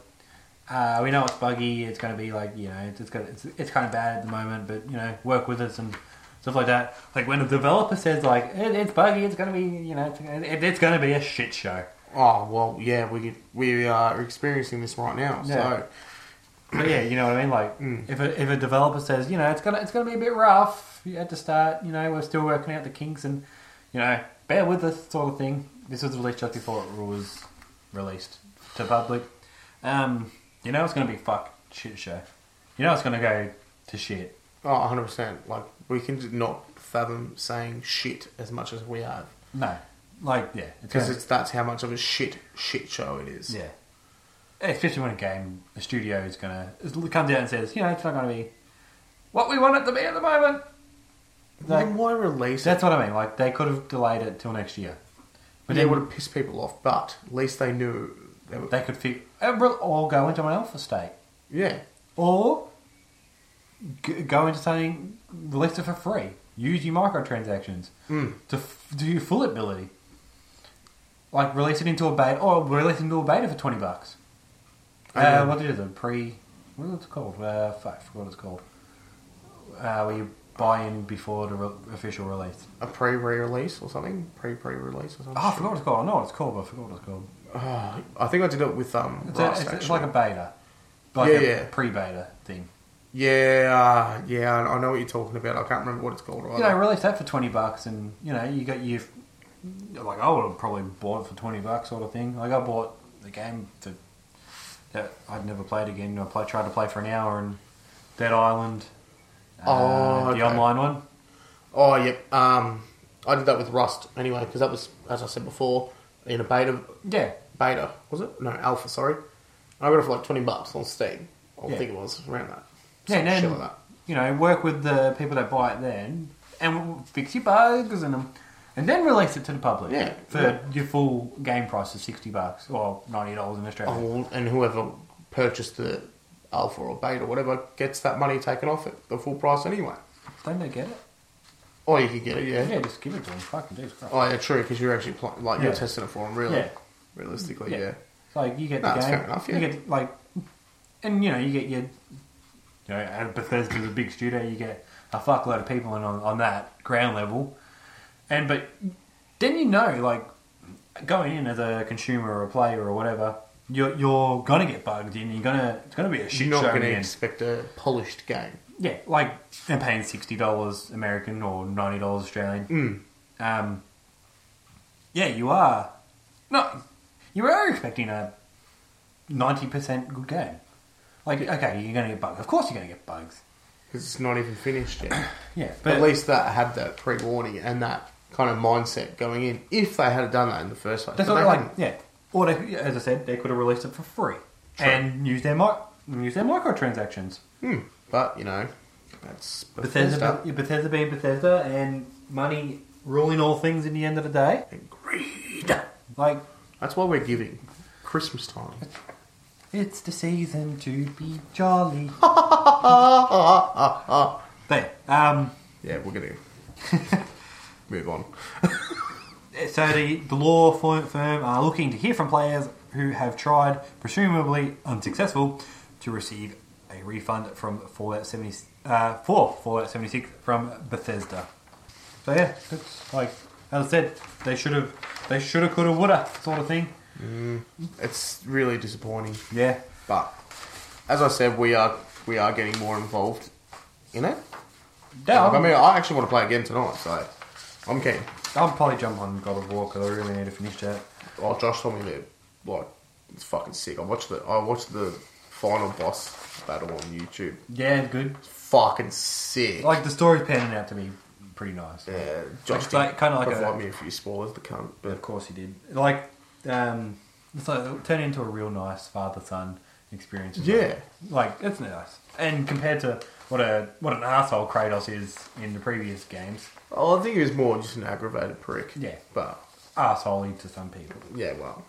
Uh, we know it's buggy. It's going to be like you know, it's it's, gonna, it's it's kind of bad at the moment. But you know, work with us and stuff like that. Like when a developer says like it, it's buggy, it's going to be you know, it's, it's going to be a shit show.
Oh, well, yeah, we, we uh, are experiencing this right now.
Yeah.
So,
But yeah, you know what I mean. Like if a, if a developer says you know it's gonna it's gonna be a bit rough at the start. You know, we're still working out the kinks and you know bear with us sort of thing. This was released just before it was released to public. Um, you know it's gonna be fuck shit show. You know it's gonna go to shit.
oh, 100%. Like, we can just not fathom saying shit as much as we have.
No, like yeah, it's
Because
gonna,
it's that's how much of a shit shit show it is.
yeah. Especially when a game, a studio is gonna it comes out and says, you know, it's not gonna be what we want it to be at the moment.
Well,
Like-
then why release
That's
it?
what I mean. Like they could have delayed it till next year, but
But they
then
would have pissed people off. But at least they knew they were.
they could fix or go into an alpha state
yeah,
or g- go into something release it for free. Use your microtransactions
Mm.
to f- do your full ability. Like release it into a beta or release it into a beta for twenty bucks. Uh,
Um,
what is it? Pre? What is it called? Uh, fuck, I forgot what it's called. Uh, where you buy in before the re- official release.
a pre re-release or something, pre pre-release or something.
Oh, I forgot what it's called. I know what it's called, but I forgot what it's called.
Oh, I think I did it with um.
It's, a-
Rust,
it's- it's
actually.
like a beta, like
Yeah,
a
yeah.
pre-beta thing.
yeah, uh, yeah. I I know what you're talking about. I can't remember what it's called.
You know, release that for twenty bucks, and you know, you got your like I would have probably bought it for twenty bucks, sort of thing. Like I bought the game for that I'd never played again. I play, tried to play for an hour, and Dead Island, uh,
Oh, okay.
the online one.
Oh, yep. Um, I did that with Rust anyway because that was, as I said before, in a beta
Yeah,
beta was it? No, alpha. Sorry, I got it for like twenty bucks on Steam. I
Yeah.
think it was around that. Some
Yeah, and
shit
then
like that.
you know work with the people that buy it then, and we'll fix your bugs and um, and then release it to the public.
Yeah,
for
yeah.
your full game price of sixty bucks or ninety dollars in Australia.
Oh, and whoever purchased the alpha or beta or whatever gets that money taken off it, the full price anyway.
Don't they get it?
Or you could get it, yeah.
Yeah, just give it to them. Fucking Jesus Christ.
Oh, yeah, true, because you're actually pl- like you're
Yeah.
testing it for them, really.
Yeah.
Realistically, yeah.
Yeah. It's Like you get
No,
the
it's
game,
fair enough, yeah.
you get like, and you know you get your, you know, at Bethesda's a big studio, you get a fuckload of people in on, on that ground level, and but then you know like going in as a consumer or a player or whatever, you're you're gonna get bugged in, you're gonna it's gonna be a shit
You're not
show
going to
again.
expect a polished game.
Yeah, like they're paying sixty dollars American or ninety dollars Australian.
Mm.
Um, yeah, you are. No, you are expecting a ninety percent good game. Like, okay, you're going to get bugs. Of course, you're going to get bugs.
Because it's not even finished yet.
Yeah, but
But at least that had that pre warning and that kind of mindset going in. If they had done that in the first place,
that's
But
what
they
like.
hadn't.
Yeah, or they, as I said, they could have released it for free and used their mi- use their microtransactions.
Hmm. But you know, that's
Bethesda,
Bethesda.
Bethesda, being Bethesda, and money ruling all things. In the end of the day,
and greed.
like
That's why we're giving Christmas time.
It's the season to be jolly. there. Um,
Yeah, we're gonna move on.
so the, the law fir- firm are looking to hear from players who have tried, presumably unsuccessful, to receive a refund from Fallout 70, uh, for Fallout 76 from Bethesda. So yeah, that's like as I said, they should have, they should have, could have, would have, sort of thing.
It's really disappointing,
Yeah.
but as I said, we are we are getting more involved in it.
Yeah,
Like, I
I'm,
mean, I actually want to play again tonight, so I'm keen.
I'll probably jump on God of War because I really need to finish that.
Oh, Josh told me that like it's fucking sick. I watched the I watched the final boss battle on YouTube.
Yeah, good.
Fucking sick.
Like the story's panning out to be pretty nice.
yeah, Josh
It's like- kinda like a-
provide me a few spoilers. The cunt,
But
but
of course he did. Like, um, it's like it'll turn into a real nice father son experience.
Yeah.
like it's nice. And compared to what a what an asshole Kratos is in the previous games,
oh, I think he was more just an aggravated prick.
Yeah.
but
asshole to some people.
yeah, well,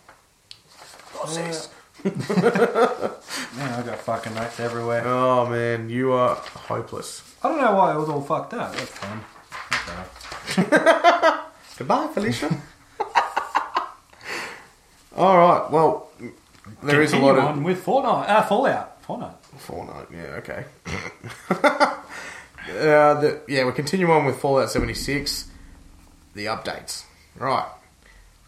Man, I got fucking notes everywhere.
Oh man, you are hopeless.
I don't know why it was all fucked up. That's fun. That's all right.
Goodbye, Felicia. All right. Well, there is a lot
Continue
of
on with Fortnite, uh, Fallout, Fortnite.
Fortnite. Yeah. Okay. uh, the, yeah, we continue on with Fallout seventy six. The updates. Right.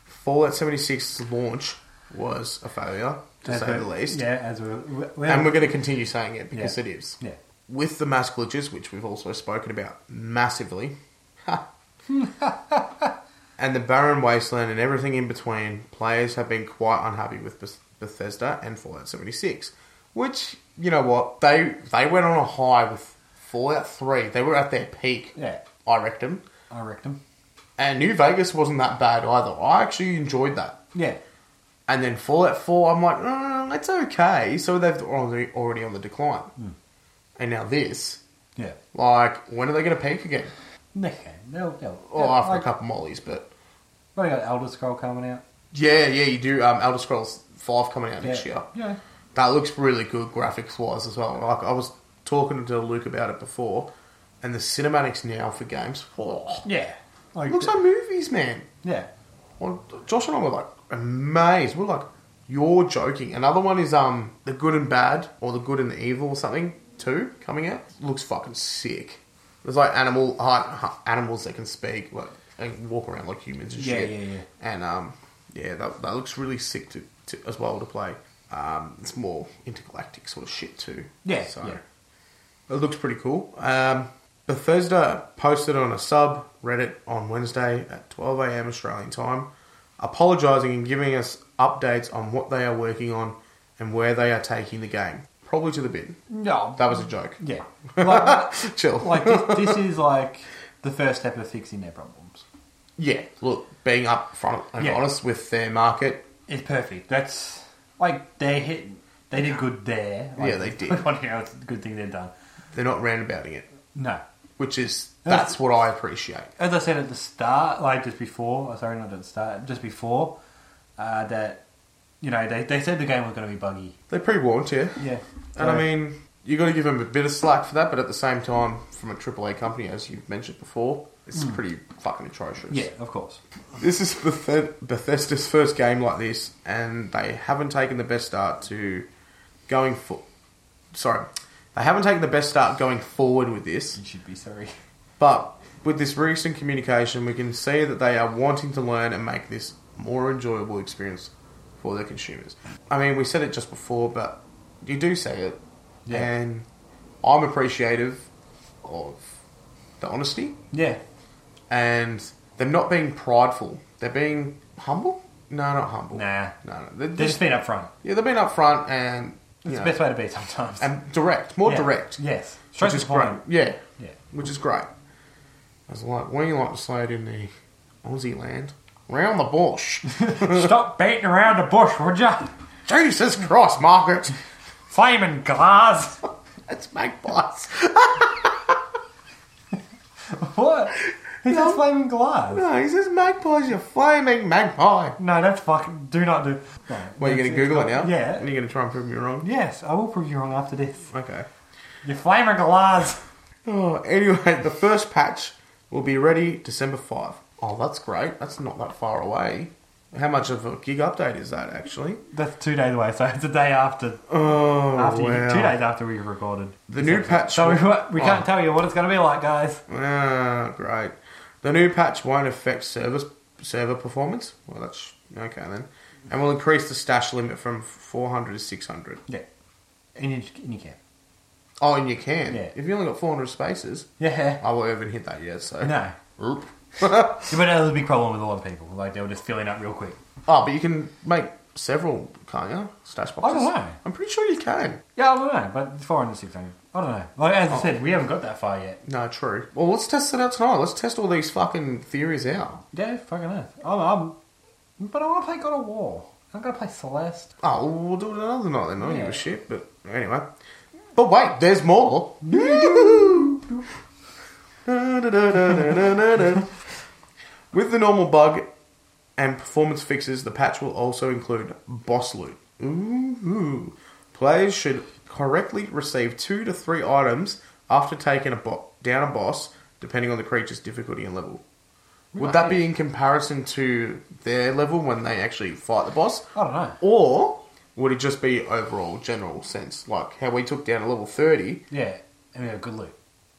Fallout 76's launch was a failure, to
As
say
we're-
the least.
Yeah, as we're, we
And we're going to continue saying it because
Yeah.
it is.
Yeah.
With the mass glitches, which we've also spoken about massively, ha. and the barren wasteland and everything in between, players have been quite unhappy with Beth- Bethesda and Fallout 76. Which, you know what, they they went on a high with Fallout 3. They were at their peak,
Yeah.
I reckon.
I reckon.
And New Vegas wasn't that bad either. I actually enjoyed that.
Yeah.
And then Fallout 4, I'm like, mm, it's okay. So they've already, already on the decline. And now this,
Yeah.
like, when are they going to peak again?
They can. They'll, they'll,
Or
they'll-
after
like,
a couple mollies, but
What got Elder Scroll coming out?
yeah, yeah, you do. Um, Elder Scrolls 5 coming out next year.
Yeah.
That looks really good graphics wise as well. Like, I was talking to Luke about it before, and the cinematics now for games, oh,
Yeah. Like,
it looks like movies, man.
yeah.
Well, Josh and I were like amazed. We're like, you're joking. Another one is um the good and bad or the good and evil or something too coming out. Looks fucking sick. There's like animal hi- hi- animals that can speak like, and walk around like humans and
Yeah,
shit.
yeah, yeah.
And um yeah, that, that looks really sick to, to as well to play. Um, it's more intergalactic sort of shit too.
Yeah,
so
yeah.
it looks pretty cool. Um, Bethesda posted on a sub Reddit on Wednesday at 12 a.m. Australian time, apologising and giving us updates on what they are working on and where they are taking the game. Probably to the bin.
No.
That was a joke.
yeah. Like,
Chill.
like this, this is like the first step of fixing their problems.
yeah, look, being upfront and
Yeah.
honest with their market.
It's perfect. That's like they're hit. They did good there.
Yeah, they did.
I don't know, it's a good thing they've done.
They're not roundabouting it,
No.
which is that's what I appreciate.
As I said at the start, like just before, oh, sorry, not at the start, just before, uh, that, you know, they, they said the game was going to be buggy.
They pre-warned you,
Yeah.
and I mean you got to give them a bit of slack for that, but at the same time, from a AAA company, as you've mentioned before, it's pretty fucking atrocious.
Hmm. Yeah, of course.
This is Beth- Bethesda's first game like this, and they haven't taken the best start to going for. Sorry, they haven't taken the best start going forward with this.
You should be sorry.
But with this recent communication, we can see that they are wanting to learn and make this more enjoyable experience for their consumers. I mean, we said it just before, but you do say it,
Yeah.
and I'm appreciative of the honesty
Yeah.
and them not being prideful. They're being humble. No, not humble.
Nah.
no, no. They're
They've
just,
just been upfront.
yeah, they've been upfront and you
It's
know,
the best way to be sometimes.
and direct, more
Yeah.
direct.
Yes. Straight
which
to
is
the
great.
point.
Yeah,
Yeah.
which is great. I was like, when you like to say it in the Aussie land, round the bush.
Stop beating around the bush, would ya?
Jesus Christ, Margaret,
Flaming glass.
it's magpies.
what? He says flaming glass.
No, he says magpies. You're flaming magpie.
No, that's fucking. Do not do. No,
Well, you're
it's-
going
it's
to Google it
got-
now,
Yeah.
and you're going to try and prove me wrong.
Yes, I will prove you wrong after this.
Okay.
You're flaming glass.
Oh, anyway, the first patch will be ready December 5. Oh, that's great. That's not that far away. How much of a gig update is that, actually?
That's two days away, so it's the day after.
Oh,
after you,
wow.
Two days after we recorded.
The new patch.
So we,
will- Oh.
we can't tell you what it's going to be like, guys.
Ah, great. The new patch won't affect service server performance. Well, that's okay then, and will increase the stash limit from 400 to 600.
Yeah. In your, in your camp.
Oh, and you can.
Yeah.
If you only got 400 spaces,
Yeah.
I won't even hit that yet. So
No.
Oop.
Yeah, but that was a big problem with a lot of people. Like, they were just filling up real quick.
Oh, but you can make several, can't you? Stash boxes.
know.
I'm pretty sure you can.
Yeah, I don't know, but 400, 600. I don't know. Like, as I said, we haven't got that far yet.
No, true. Well, let's test it out tonight. Let's test all these fucking theories out.
Yeah, fucking earth. I'm, I'm, but I want to play God of War. I'm going to play Celeste.
Oh, well, we'll do it another night then. I don't give
Yeah.
a shit. But anyway. But wait, there's more. With the normal bug and performance fixes, the patch will also include boss loot. Ooh. Players should correctly receive two to three items after taking a bo- down a boss, depending on the creature's difficulty and level. Would that be in comparison to their level when they actually fight the boss?
I don't know.
Or would it just be overall general sense, like how we took down a level thirty?
Yeah, and we have good loot.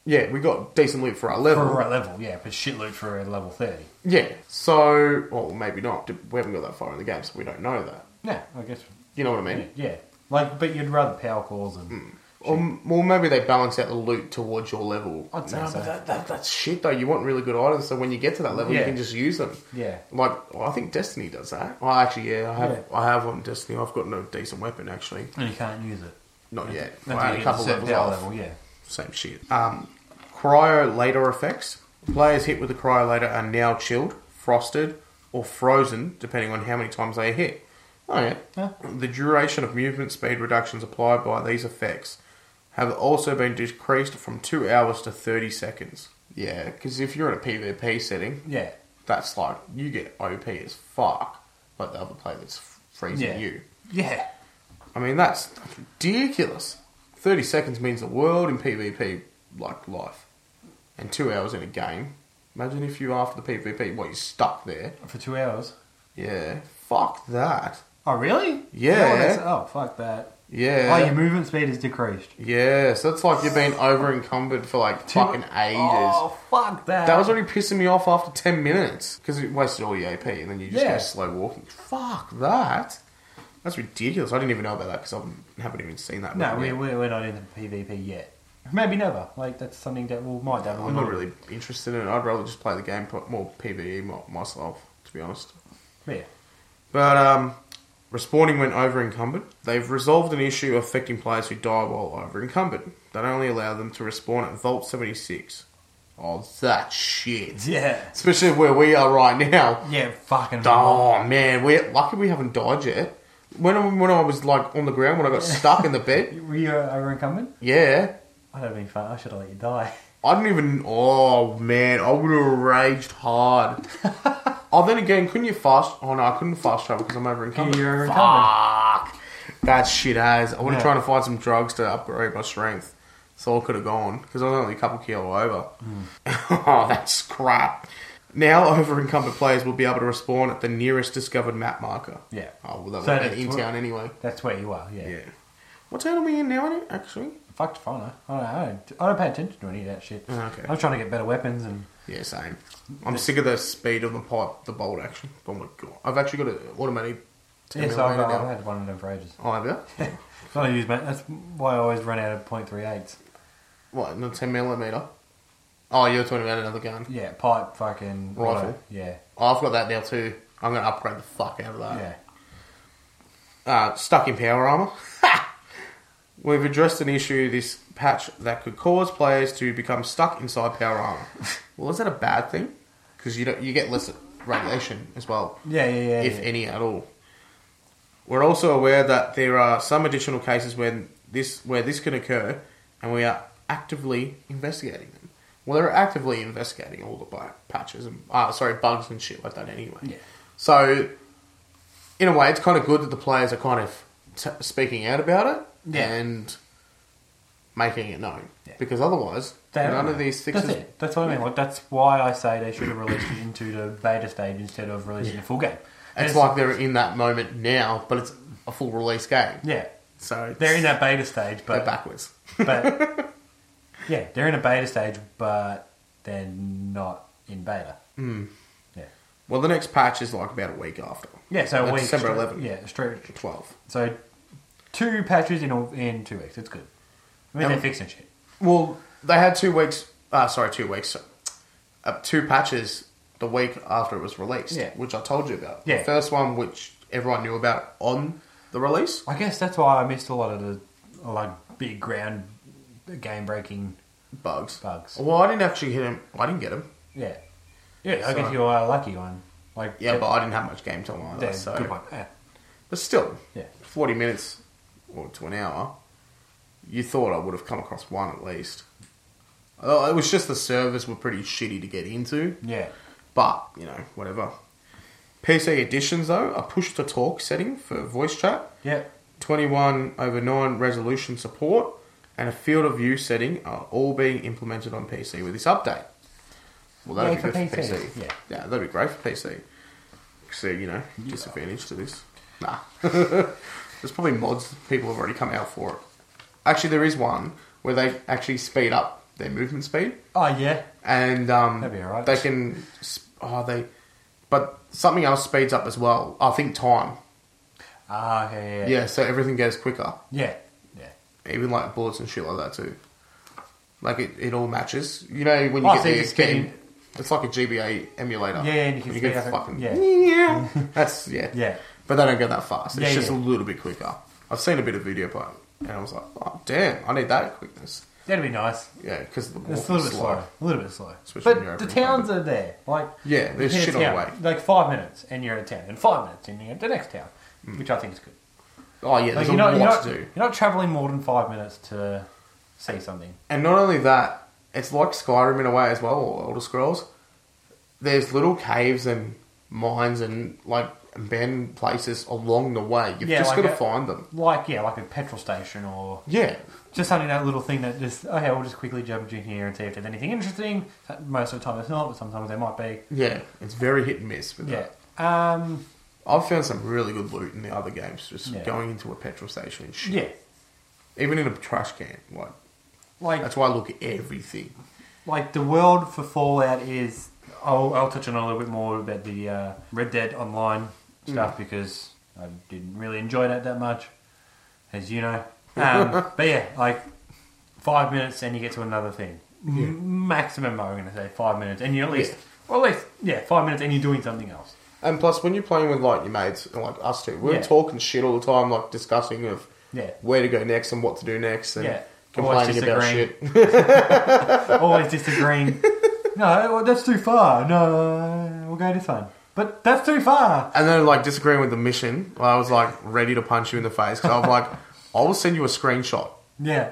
Yeah, we got decent loot for our
For
level.
a right level, yeah, but shit loot for a level 30.
Yeah, so well maybe not. We haven't got that far in the game, so we don't know that.
Yeah, I guess.
You know what I mean?
Yeah, yeah. Like, but you'd rather power cores and.
Hmm. Or, m- well, maybe they balance out the loot towards your level.
I'd say
no,
so.
but that, that, that's shit though. You want really good items, so when you get to that level,
Yeah.
you can just use them.
Yeah.
Like well, I think Destiny does that. Well, actually, yeah, I have.
Yeah.
I have one Destiny. I've got no decent weapon actually.
And you can't use it.
Not yet.
Until
I had
you
a
get
couple
to certain
levels
power
off.
level, yeah.
Same shit. Um, cryo later effects. Players hit with the cryo later are now chilled, frosted, or frozen, depending on how many times they are hit. Oh yeah.
Yeah.
The duration of movement speed reductions applied by these effects have also been decreased from two hours to thirty seconds. Yeah, because if you're in a PvP setting,
Yeah.
that's like you get OP as fuck, like the other player that's freezing
Yeah.
you.
Yeah.
I mean, that's, that's ridiculous. 30 seconds means the world in PvP, like life. And two hours in a game. Imagine if you after the PvP, well, you're stuck there.
For two hours.
Yeah. Fuck that.
Oh, really?
Yeah.
Oh, that's- oh, fuck that. Oh, your
Yeah.
movement speed is decreased.
yeah, so it's like you've been over encumbered for like fucking ages.
Oh, fuck that.
That was already pissing me off after 10 minutes because it wasted all your AP and then you just
Yeah.
go slow walking. Fuck that. That's ridiculous. I didn't even know about that because I haven't even seen that.
No,
one
we,
yet.
we're, we're not into PvP yet. Maybe never. Like, that's something that we'll might dabble
I'm
in.
not really interested in it. I'd rather just play the game put more PvE mo- myself, to be honest.
Yeah.
But um, respawning when over encumbered, they've resolved an issue affecting players who die while over encumbered. That only allow them to respawn at Vault 76. Oh, that shit.
Yeah.
Especially where we are right now.
Yeah, fucking.
Oh man, we're lucky we haven't died yet. when I, when I was like on the ground when I got stuck in the bed.
Were you uh, overencumbered?
Yeah,
I'd have been fun. I should have let you die.
I didn't even. Oh man, I would have raged hard. oh, then again, couldn't you fast? Oh no, I couldn't fast travel because I'm over in Cumbria.
You're over in
Fuck. That shit has. I would have
Yeah.
tried to find some drugs to upgrade my strength, so I could have gone because I was only a couple kilo over.
Hmm.
oh, that's crap. Now over incumbent players will be able to respawn at the nearest discovered map marker.
Yeah.
Oh, well, that
So
would
that's
be in
what-
town anyway.
That's where you are. Yeah.
Yeah. What town are we in now? innit, Actually.
Fuck if I know. I don't, I don't. I don't pay attention to any of that shit.
Oh, okay.
I'm trying to get better weapons and.
Yeah, same. I'm sick of the speed of the pipe, the bolt action. Oh my god! I've actually got an automatic.
Yes,
ten
I've,
millimeter
I've
now.
had one of them for ages.
Oh, have you?
It's not a use, mate. That's why I always run out of point three eights.
What? Not ten millimeter. Oh, you're talking about another gun.
Yeah, pipe, fucking
Rifle.
auto. Yeah,
Oh, I've got that now too. I'm gonna upgrade the fuck out of that.
yeah.
uh, stuck in power armor. We've addressed an issue this patch that could cause players to become stuck inside power armor. well, is that a bad thing? Because you don't, you get less radiation as well,
Yeah, yeah, yeah.
if
yeah.
any at all. We're also aware that there are some additional cases when this where this can occur, and we are actively investigating them. Well, they're actively investigating all the bu- patches and uh, sorry bugs and shit like that anyway.
Yeah.
So in a way, it's kind of good that the players are kind of t- speaking out about it
Yeah.
and making it known.
Yeah.
Because otherwise,
They don't
none
know.
of these
That's
fixes.
it. That's what I mean. Like that's why I say they should have released it into the beta stage instead of releasing the full game.
It's like they're in that moment now, but it's a full release game.
yeah,
So it's-
they're in that beta stage,
they're
but
backwards.
but yeah, they're in a beta stage, but they're not in beta.
Hmm.
Mm. Yeah,
Well, the next patch is like about a week after.
yeah. So
Like
we
December 11th,
Yeah, straight.
12.
So two patches in all, in two weeks. It's good. I mean,
Um,
they're fixing shit.
Well, they had two weeks. Uh, sorry, two weeks. Uh, two patches the week after it was released,
Yeah.
which I told you about.
Yeah.
The first one, which everyone knew about on the release.
I guess that's why I missed a lot of the like big ground game breaking
Bugs.
bugs.
Well, I didn't actually hit him. I didn't get him.
Yeah, yeah. I
So-
guess you are a lucky one. Like
Yeah, but I didn't have much game time either.
yeah,
so,
good one. Yeah.
but still,
Yeah.
forty minutes or to an hour, you thought I would have come across one at least. Oh, it was just the servers were pretty shitty to get into,
yeah,
but you know, whatever. PC editions though, a push to talk setting for voice chat,
yeah.
21 over 9 resolution support and a field of view setting are all being implemented on PC with this update. Well, that'd
Yay
be
for
good for
PC.
PC.
Yeah.
that'd be great for PC. So, you know, disadvantage to this. Nah. There's probably mods people have already come out for it. Actually, there is one where they actually speed up their movement speed
Oh yeah,
and um,
That'd be alright.
they can. sp- Oh, they. But something else speeds up as well. I think time.
ah okay, yeah, yeah,
Yeah, so everything goes quicker.
yeah, yeah.
even like bullets and shit like that too. Like it, it all matches. You know when you
Oh,
get
so you
the
can spin
game,
in-
it's like a GBA emulator.
Yeah, yeah, and you can
get
spin up
fucking
and-
yeah.
yeah.
That's yeah,
Yeah.
But they don't go that fast. It's
Yeah,
just
yeah.
a little bit quicker. I've seen a bit of video part, and I was like, oh damn, I need that quickness.
That'd be nice.
Yeah, because the walk
It's a little
is
bit slow. A little bit slow.
Especially when you're
but
over
the
in
towns are there. Like
Yeah, there's
you hit a
shit on the
town,
way.
Like five minutes, and you're at a town, and five minutes, and you're at the next town, which I think is good.
Oh yeah,
Like
Hmm. there's
you're
a
not,
lot
you're, not,
to do.
you're not traveling more than five minutes to see something.
And not only that, it's like Skyrim in a way as well, or Elder Scrolls. There's little caves and mines and like abandoned places along the way. You've
Yeah,
just
like
got to
a-
find them.
Like yeah, like a petrol station or
Yeah,
just something that little thing that just okay, we'll just quickly jump in here and see if there's anything interesting. Most of the time it's not, but sometimes there might be.
yeah, it's very hit and miss with
Yeah.
that.
Um.
I've found some really good loot in the other games, just
Yeah.
going into a petrol station and shit.
Yeah.
Even in a trash can, like
Like
that's why I look at everything.
like the world for Fallout is. I'll, I'll touch on a little bit more about the uh, Red Dead Online stuff because I didn't really enjoy that that much, as you know. Um, but yeah, like five minutes and you get to another thing. M- maximum, I'm going to say five minutes, and you're at least, well, at least, yeah, five minutes, and you're doing something else.
And plus, when you're playing with like your mates, and like us two, we're
Yeah.
talking shit all the time, like discussing of
Yeah.
where to go next and what to do next, and
Yeah.
complaining
Always
about
disagreeing.
shit.
Always disagreeing. no, well, that's too far. No, we'll go this one. But that's too far.
And then, like, disagreeing with the mission, I was like ready to punch you in the face because I was like, I will send you a screenshot.
Yeah.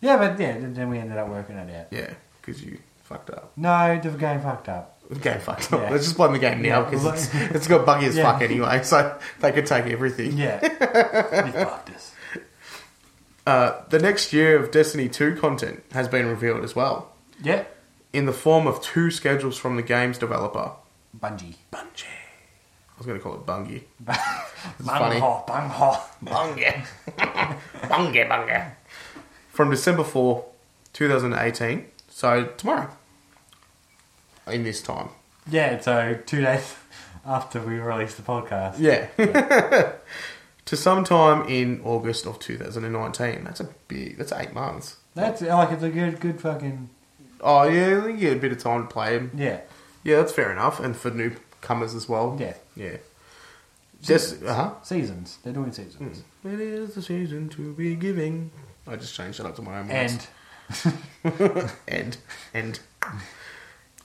Yeah, but yeah, then we ended up working it out.
Yeah, because you fucked up.
No, the game fucked up.
The game fucked up.
Yeah.
Let's just blame the game now
Yeah,
because
well,
it's, it's got buggy as
Yeah.
fuck anyway, so they could take everything.
Yeah. you fucked us.
Uh, the next year of Destiny 2 content has been revealed as well
Yeah.
in the form of two schedules from the game's developer.
Bungie.
Bungie. I was going to call it Bungie. funny.
Bungho. Bungho.
Bungie. bungie, bungie. From December 4, 2018. So tomorrow. In this time.
Yeah, so two days after we released the podcast.
Yeah. to sometime in August of 2019. That's a big, that's eight months.
That's like it's a good, good fucking
Oh, yeah, you get a bit of time to play him.
yeah.
Yeah, that's fair enough. And for newcomers as well.
Yeah.
Yeah. Just, uh huh.
Seasons. They're doing seasons.
It is the season to be giving. I just changed that up to my own words.
And
End. End.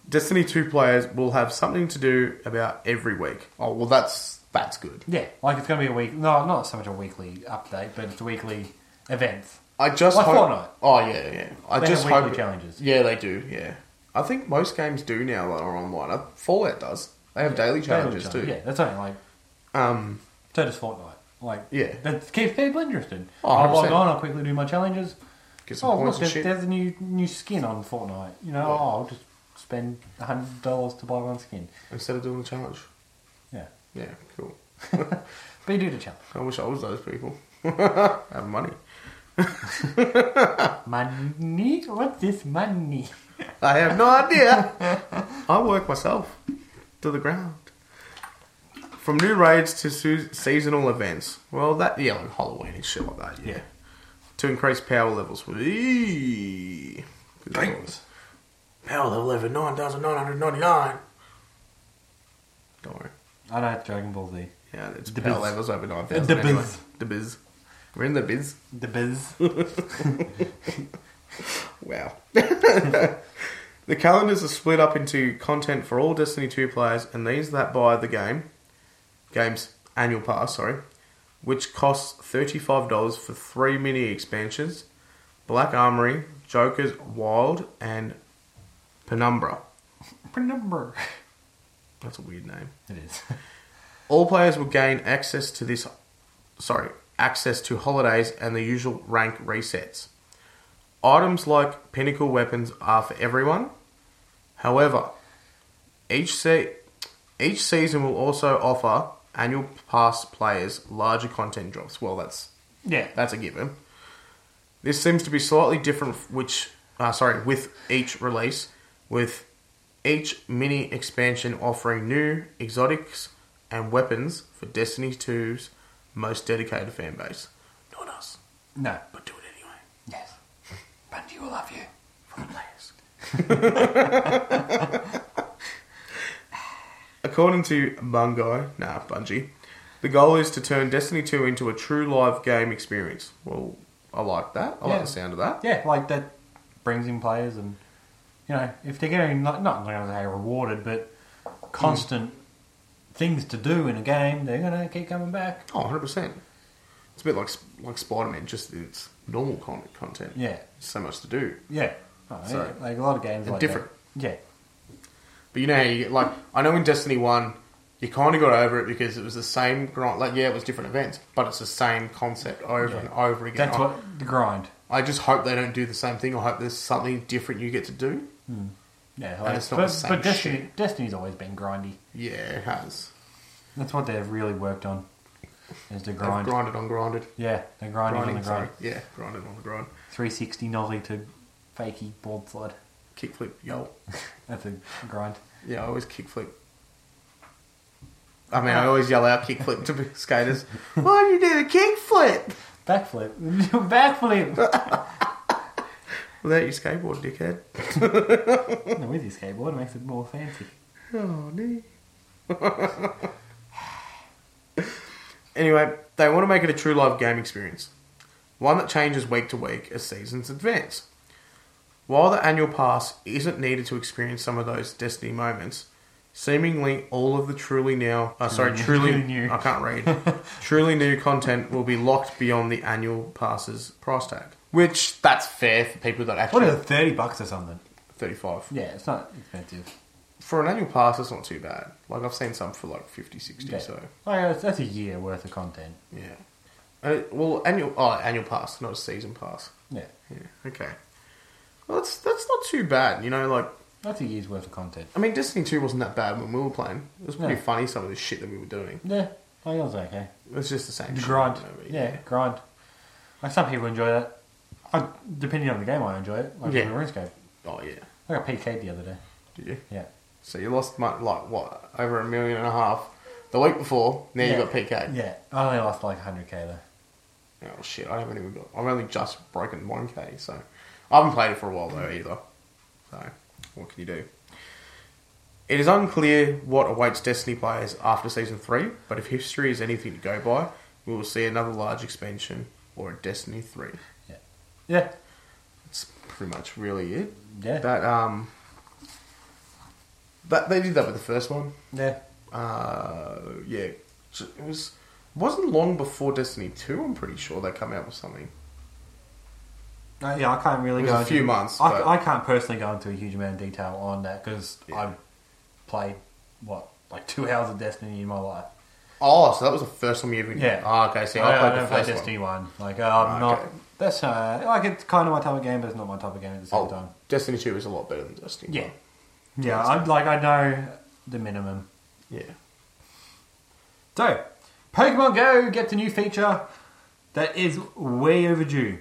Destiny 2 players will have something to do about every week. Oh, well, that's that's good.
yeah, like it's gonna be a week. No, not so much a weekly update, but it's weekly events.
I just
Like
hope.
Fortnite.
Oh, yeah, yeah. I
They
just
have weekly
hope.
challenges.
Yeah, they do, yeah. I think most games do now that are online. Uh, Fallout does. They have daily challenges
Daily
too.
challenge. Yeah, that's only like
Um,
so does Fortnite. Like
Yeah.
that keeps people interested.
Oh,
I'll log
100%.
on. I'll quickly do my challenges.
get some
Oh
points
look,
and
there's,
shit.
there's a new new skin on Fortnite. You know,
Yeah.
oh, I'll just spend hundred dollars to buy one skin.
Instead of doing the challenge.
Yeah,
Yeah, cool.
but you do the challenge.
I wish I was those people. have money.
Money? What's this money?
I have no idea. I work myself to the ground. From new raids to su- seasonal events. Well, that yeah, like Halloween and shit like that. Yeah.
Yeah.
To increase power levels. Eee.
Bangers.
Power level over nine thousand nine hundred ninety nine. Don't worry.
I know it's Dragon Ball Z.
Yeah, it's
The
power
biz.
levels over nine thousand.
The
anyway.
biz.
The biz. We're in the biz.
The biz.
Wow. the calendars are split up into content for all Destiny 2 players and these that buy the game, game's annual pass, sorry, which costs $35 for three mini expansions Black Armory, Joker's Wild, and Penumbra.
Number.
That's a weird name.
It is.
All players will gain access to this, sorry, access to holidays and the usual rank resets. Items like pinnacle weapons are for everyone. However, each se- each season will also offer annual pass players larger content drops. Well, that's
Yeah.
that's a given. This seems to be slightly different, which uh, sorry, with each release, with each mini expansion offering new exotics and weapons for Destiny 2's most dedicated fan base. Not us,
No.
but do it anyway.
Yes. Bungie will love you. From the players.
According to Bungie, nah, Bungie, the goal is to turn Destiny 2 into a true live game experience. Well, I like that. I like
Yeah.
the sound of that.
Yeah, like that brings in players and, you know, if they're getting, not, not going to say rewarded, but constant things to do in a game, they're going to keep coming back.
Oh, 100%. It's a bit like Sp- like Spider Man, just it's normal con- content.
Yeah.
so much to do.
Yeah. Oh,
So,
yeah, Like a lot of games
they're
like
different.
That. Yeah.
But you know how you get, like I know in Destiny One, you kind of got over it because it was the same grind. Like yeah, it was different events, but it's the same concept over
Yeah.
and over again.
That's
I,
what the grind.
I just hope they don't do the same thing. I hope there's something different you get to do.
Yeah,
it's not
but,
the same
but Destiny,
shit.
Destiny's always been grindy.
Yeah, it has.
That's what they've really worked on. Is the grind.
They've grinded on grinded.
Yeah, they're grinding,
Grinding,
on the
sorry.
grind.
Yeah, grinded on the grind.
360 nollie to fakey board slide.
Kickflip, yo.
That's a grind.
Yeah, I always kickflip. I mean, I always yell out kickflip to skaters. Why would you do a kickflip?
Backflip. Backflip!
Without your skateboard, dickhead.
no, with your skateboard, it makes it more fancy.
Oh, no. anyway, they want to make it a true live game experience, one that changes week to week as seasons advance. While the annual pass isn't needed to experience some of those Destiny moments, Seemingly, all of the truly now, uh, sorry,
Mm,
truly
truly new.
I can't read. truly new content will be locked beyond the annual passes price tag, which that's fair for people that
What
actually
is it, 30 bucks or something?
thirty-five
Yeah, it's not expensive.
for an annual pass. That's not too bad. Like I've seen some for like 50, 60,
Yeah.
So
Oh, yeah, that's- that's a year worth of content.
yeah. Uh, well, annual oh annual pass, not a season pass.
Yeah,
Yeah. Okay. Well, that's that's not too bad. You know, like
that's a year's worth of content.
I mean, Destiny Two wasn't that bad when we were playing. It was pretty
No.
funny some of the shit that we were doing.
Yeah, I think that's okay.
It was just the same. shit
grind.
over and over
Yeah,
again.
grind. Like some people enjoy that. I, depending on the game, I enjoy it. Like
Yeah.
yeah. RuneScape.
Oh yeah.
I got PK the other day.
Did you?
Yeah.
So you lost mon- like what over a million and a half the week before. Now
Yeah.
you got PK.
Yeah, I only lost like 100k though.
Oh shit! I haven't even got. I've only just broken one K. So I haven't played it for a while though either. So what can you do? It is unclear what awaits Destiny players after season three, but if history is anything to go by, we will see another large expansion or a Destiny three.
Yeah,
That's pretty much really it.
yeah,
That um, that they did that with the first one.
yeah.
Uh, yeah, So it was wasn't long before Destiny Two. I'm pretty sure they come out with something.
Uh, yeah, I can't
It
really
was
go
a
into-
few months,
I,
but-
I can't personally go into a huge amount of detail on that because
Yeah.
I played what like two hours of Destiny in my life.
Oh, so that was the first time you even
Yeah.
Oh, okay, see,
I,
I,
I
played
don't
the
play
first
Destiny
one.
one. Like uh, I'm
Ah,
not.
okay.
That's uh, like it's kind of my type of game, but it's not my type of game at the same time.
Oh, Destiny Two is a lot better than Destiny.
Yeah.
one.
Yeah, I like I know the minimum.
yeah.
So, Pokemon Go gets a new feature that is way overdue.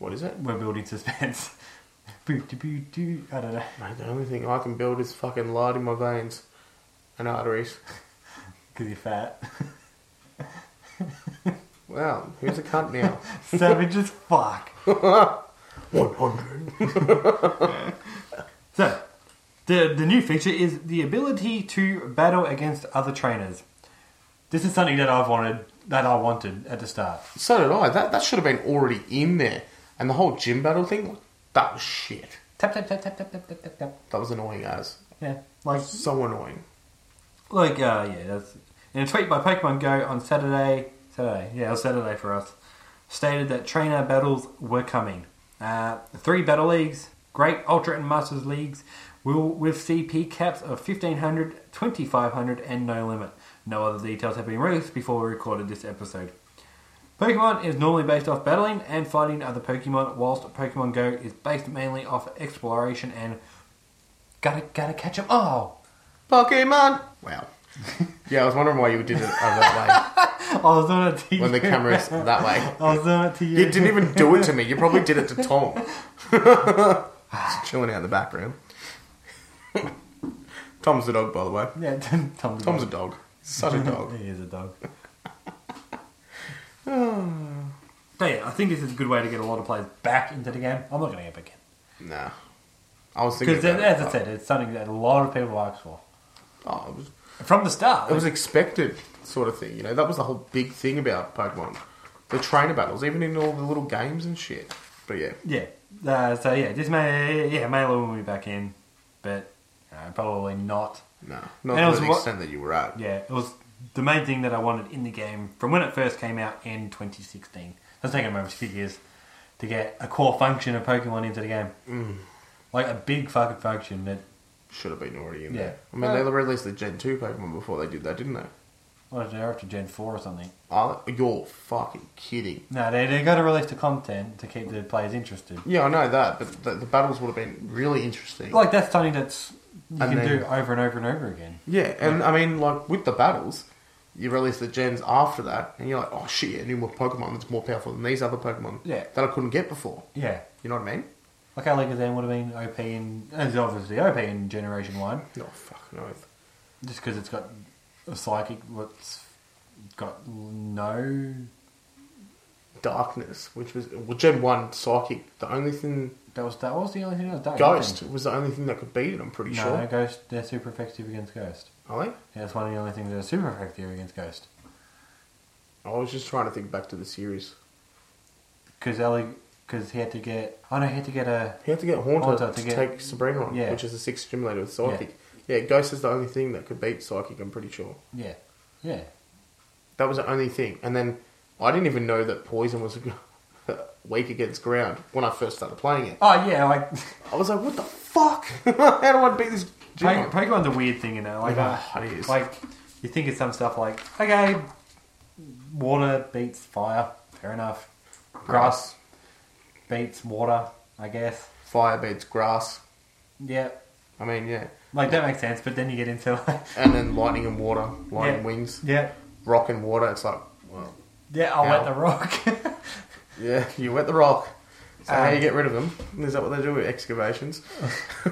What is it?
We're building suspense. Boo, doo, boo, doo. I don't know.
Mate, the only thing I can build is fucking blood in my veins and arteries.
Because you're fat.
Wow, who's a cunt now?
Savage as fuck.
One hundred.
So, the, the new feature is the ability to battle against other trainers. This is something that I've wanted, that I wanted at the start.
So did I. That that should have been already in there. And the whole gym battle thing, that was shit.
Tap, tap, tap, tap, tap, tap, tap, tap, tap.
That was annoying as.
Yeah. Like,
So annoying.
Like, uh, yeah, that's. In a tweet by Pokemon Go on Saturday, Saturday, yeah, it was Saturday for us, stated that trainer battles were coming. Uh, three battle leagues, Great Ultra and Masters leagues, will with CP caps of 1500, 2500, and no limit. No other details have been released before we recorded this episode. Pokemon is normally based off battling and fighting other Pokemon, whilst Pokemon Go is based mainly off exploration and gotta gotta catch 'em all.
Pokemon. Wow. yeah, I was wondering why you did it over that
I was on a TV.
way when the camera's that way.
I was doing it to you.
You didn't even do it to me. You probably did it to Tom. Just chilling out in the background. Tom's the dog, by the way.
Yeah, Tom- Tom's,
Tom's a
dog.
dog. Such a dog.
He is a dog. so yeah, I think this is a good way to get a lot of players back into the game. I'm not going to get back in
Nah. I was thinking.
because,
About
as
it,
I said, it's something that a lot of people asked for
but- Oh, it, was,
from the start.
it was expected, sort of thing. You know, that was the whole big thing about Pokemon. The trainer battles, even in all the little games and shit. But yeah.
yeah. Uh, so yeah, this may yeah Mailer will be back in, but uh, probably not.
No,
And it
not
was
to the
what-
extent that you were at.
Yeah, it was the main thing that I wanted in the game from when it first came out in 2016. That's taken over two years to get a core function of Pokemon into the game. Mm. Like a big fucking function that.
Should have been already in
Yeah. Uh.
there. I mean, they released the Gen 2 Pokemon before they did that, didn't they?
What is it, after Gen 4 or something?
Oh, you're fucking kidding.
No, they, they got to release the content to keep the players interested.
Yeah, I know that, but the, the battles would have been really interesting.
Like, that's something that's. You
And
can
then-
do over and over and over again.
yeah, and I mean, like with the battles, you release the gens after that, and you're like, oh shit, yeah, new more Pokemon that's more powerful than these other Pokemon
Yeah.
that I couldn't get before.
Yeah.
You know what I mean?
Like Alakazam would have been OP in. It's obviously OP in Generation 1.
No fucking oath.
Just because it's got a psychic what's got no
Darkness, which was well, Gen One Psychic, the only thing
That was that was the only thing that was dark.
Ghost was the only thing that could beat it. I'm pretty
No,
sure.
Ghost. They're super effective against Ghost.
Are they?
Yeah, that's one of the only things that are super effective against Ghost.
I was just trying to think back to the series.
Because Ellie, because he had to get. Oh no, he had to get a.
He had to get Haunter,
Haunter
to,
to get-
take Sabrina on,
Yeah.
which is the sixth gym leader with Psychic. Yeah, Ghost is the only thing that could beat Psychic. I'm pretty sure
Yeah. Yeah.
that was the only thing. And then I didn't even know that Poison was weak against ground when I first started playing it.
Oh yeah, like
I was like, what the fuck? How do I beat this?
Pokemon.
Gym?
Pokemon's a weird thing, you know. Like,
Yeah,
uh,
it is.
like you think of some stuff like, okay, water beats fire, fair enough. Grass beats water, I guess.
Fire beats grass.
Yeah,
I mean, yeah.
like that makes sense. But then you get into like,
And then lightning and water, lightning
Yeah.
wings,
yeah,
rock and water. It's like, well,
yeah, I'll let
Ow.
the rock.
yeah, you wet the rock. So how
Um,
do you get rid of them? Is that what they do with excavations?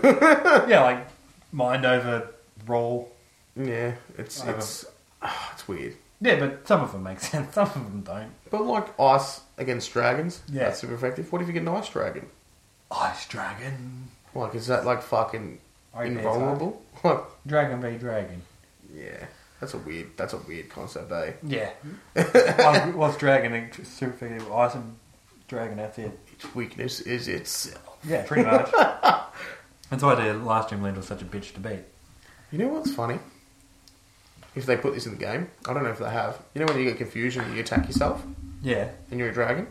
yeah, like mind over roll.
Yeah, it's
Whatever.
it's ah, it's weird.
Yeah, but some of them make sense. Some of them don't.
But like ice against dragons,
Yeah.
that's super effective. What if you get an ice dragon?
Ice dragon,
Like, is that like fucking
I think it's
invulnerable? Like,
dragon v dragon.
yeah, that's a weird. That's a weird concept, eh?
Yeah. What's what's dragon? It's Super effective. Ice and dragon. That's it.
Its weakness is itself.
Yeah, pretty much. That's why the last Dream Land was such a bitch to beat.
You know what's funny? If they put this in the game, I don't know if they have. You know when you get confusion, you attack yourself,
Yeah.
and you're a dragon.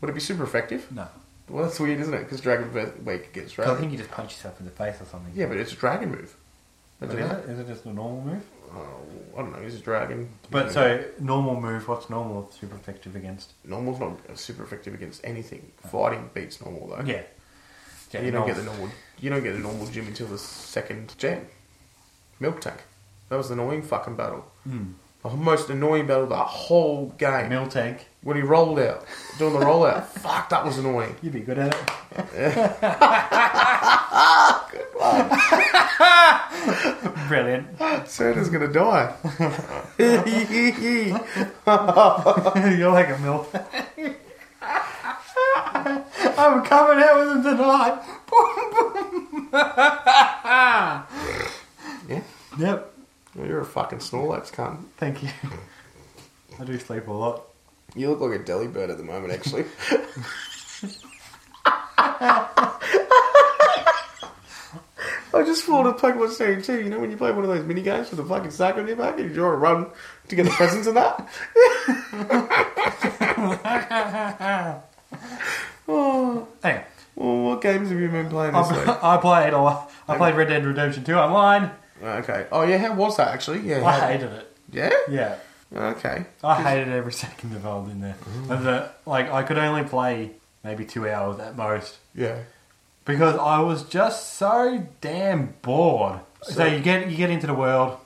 Would it be super effective?
No.
Well, that's weird, isn't it? Because dragon ver- weak against
'Cause I
dragon.
think you just punch yourself in the face or something.
Yeah, but it's a dragon move.
But
Don't
is
they?
it? Is it just a normal move?
Oh, I don't know. He's a dragon.
But
Yeah.
so normal move. What's normal? Super effective against.
Normal's not super effective against anything. Fighting beats normal though.
Yeah. Yeah.
you don't
normal.
get the normal. You don't get the normal gym until the second jam. Milk tank. That was an annoying fucking battle.
Mm.
The most annoying battle of the whole game.
Mill tank.
when he rolled out, doing the rollout. Fuck, that was annoying.
You'd be good at it. Brilliant.
Santa's gonna die.
You're like a mill. I'm coming out with him tonight.
yeah,
Yep.
well, you're a fucking Snorlax cunt.
Thank you. I do sleep a lot.
You look like a deli bird at the moment, actually. I just thought of Pokemon Stadium 2. You know when you play one of those mini games with a fucking sack on your back and you draw a run to get the presents and that? oh,
Anyway,
well, what games have you been playing this week?
I, I played a lot. I played Red Dead Redemption 2 online.
Okay. Oh yeah, how was that actually? Yeah. how-
I hated it.
yeah.
Yeah.
Okay.
I hated every second of old in there. And the, like, I could only play maybe two hours at most.
Yeah.
because I was just so damn bored. So,
So-
you get you get into the world,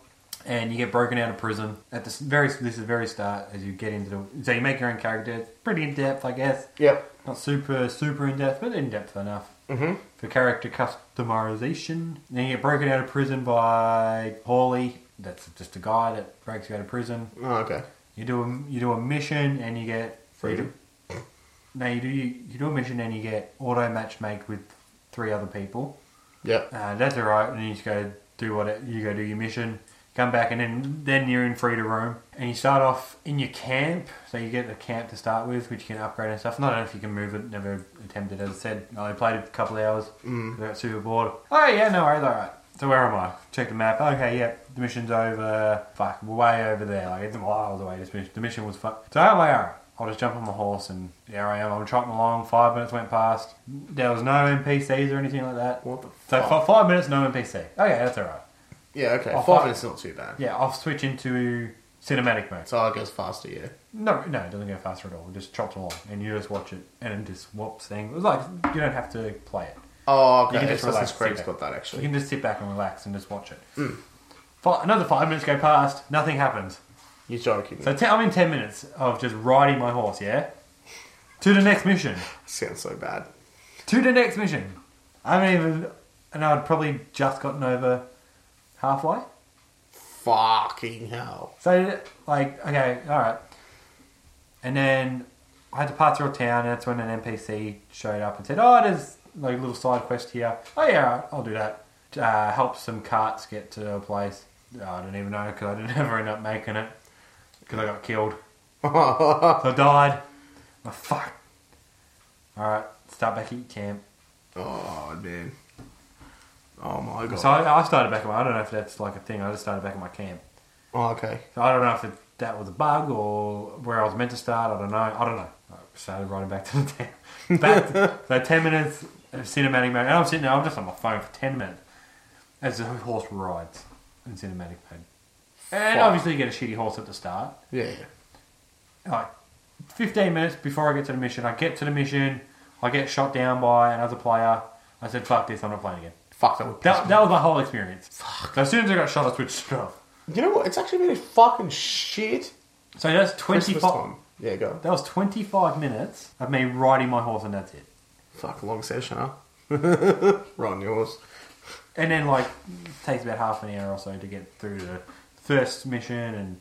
and you get broken out of prison at this very this is the very start as you get into the so you make your own character. It's pretty in depth, I guess.
Yep.
Not super super in depth, but in depth enough
Mm-hmm.
for character customization. Then you get broken out of prison by Hawley. That's just a guy that breaks you out of prison.
Oh, okay.
You do a, you do a mission and you get
Freedom.
No, you do you, you do a mission and you get auto matchmake with three other people.
Yep.
Uh, that's all right. And you just go do what it, you go do your mission, come back, and then then you're in free to roam. And you start off in your camp, so you get a camp to start with, which you can upgrade and stuff. And I don't know if you can move it. Never attempted. As I said, I played a couple of hours. Mm. Got super bored. Oh yeah, no worries. All right. So where am I? Check the map. Okay, yep. The mission's over. Fuck, we're way over there. Like it's miles away. This mission. The mission was fuck. So am I? All right. I'll just jump on my horse and there I am. I'm trotting along. Five minutes went past. There was no NPCs or anything like that.
What the
So
fuck?
fi- five minutes, no NPC. Okay, Oh, that's all right.
Yeah. Okay.
I'll
Five
find-
minutes is not too bad.
Yeah, I'll switch into cinematic mode.
So I guess faster. Yeah.
No, no, it doesn't go faster at all. It just chops along, and you just watch it, and it just whops thing. It was like you don't have to play it.
Oh, okay.
You can just
Assassin's
relax,
Creed's
sit
got that
You
actually.
can just sit back and relax and just watch it. Fi- another five minutes go past, nothing happens.
You're joking.
So te- I'm in ten minutes of just riding my horse, yeah, to the next mission.
Sounds so bad.
to the next mission. I haven't even, and I'd probably just gotten over halfway.
Fucking hell.
So, like, okay, all right. And then I had to pass through a town, and that's when an NPC showed up and said, "Oh, there's like a little side quest here. Oh yeah, all right, I'll do that. Uh, help some carts get to a place. Oh, I don't even know because I didn't ever end up making it because I got killed.
oh,
So I died. Oh, fuck. All right, start back at your camp.
man. Oh my god.
So I, I started back at my. I don't know if that's like a thing. I just started back at my camp.
oh, okay.
So I don't know if it, that was a bug or where I was meant to start. I don't know. I don't know. I started running back to the town. Back to, so ten minutes of cinematic mode, and I'm sitting there. I'm just on my phone for ten minutes as the horse rides in cinematic mode. And
Fuck.
obviously, you get a shitty horse at the start.
Yeah.
Like fifteen minutes before I get to the mission, I get to the mission. I get shot down by another player. I said, "Fuck this! I'm not playing again."
Fuck that would piss
That,
me
that was my whole experience. So as soon as I got shot, I switched it off.
You know what? It's actually been a fucking shit
So that's
Christmas
25.
time. Yeah, go.
That was 25 minutes of me riding my horse, and that's it.
Fuck, long session, huh? Ron, yours.
And then, like, it takes about half an hour or so to get through the first mission, and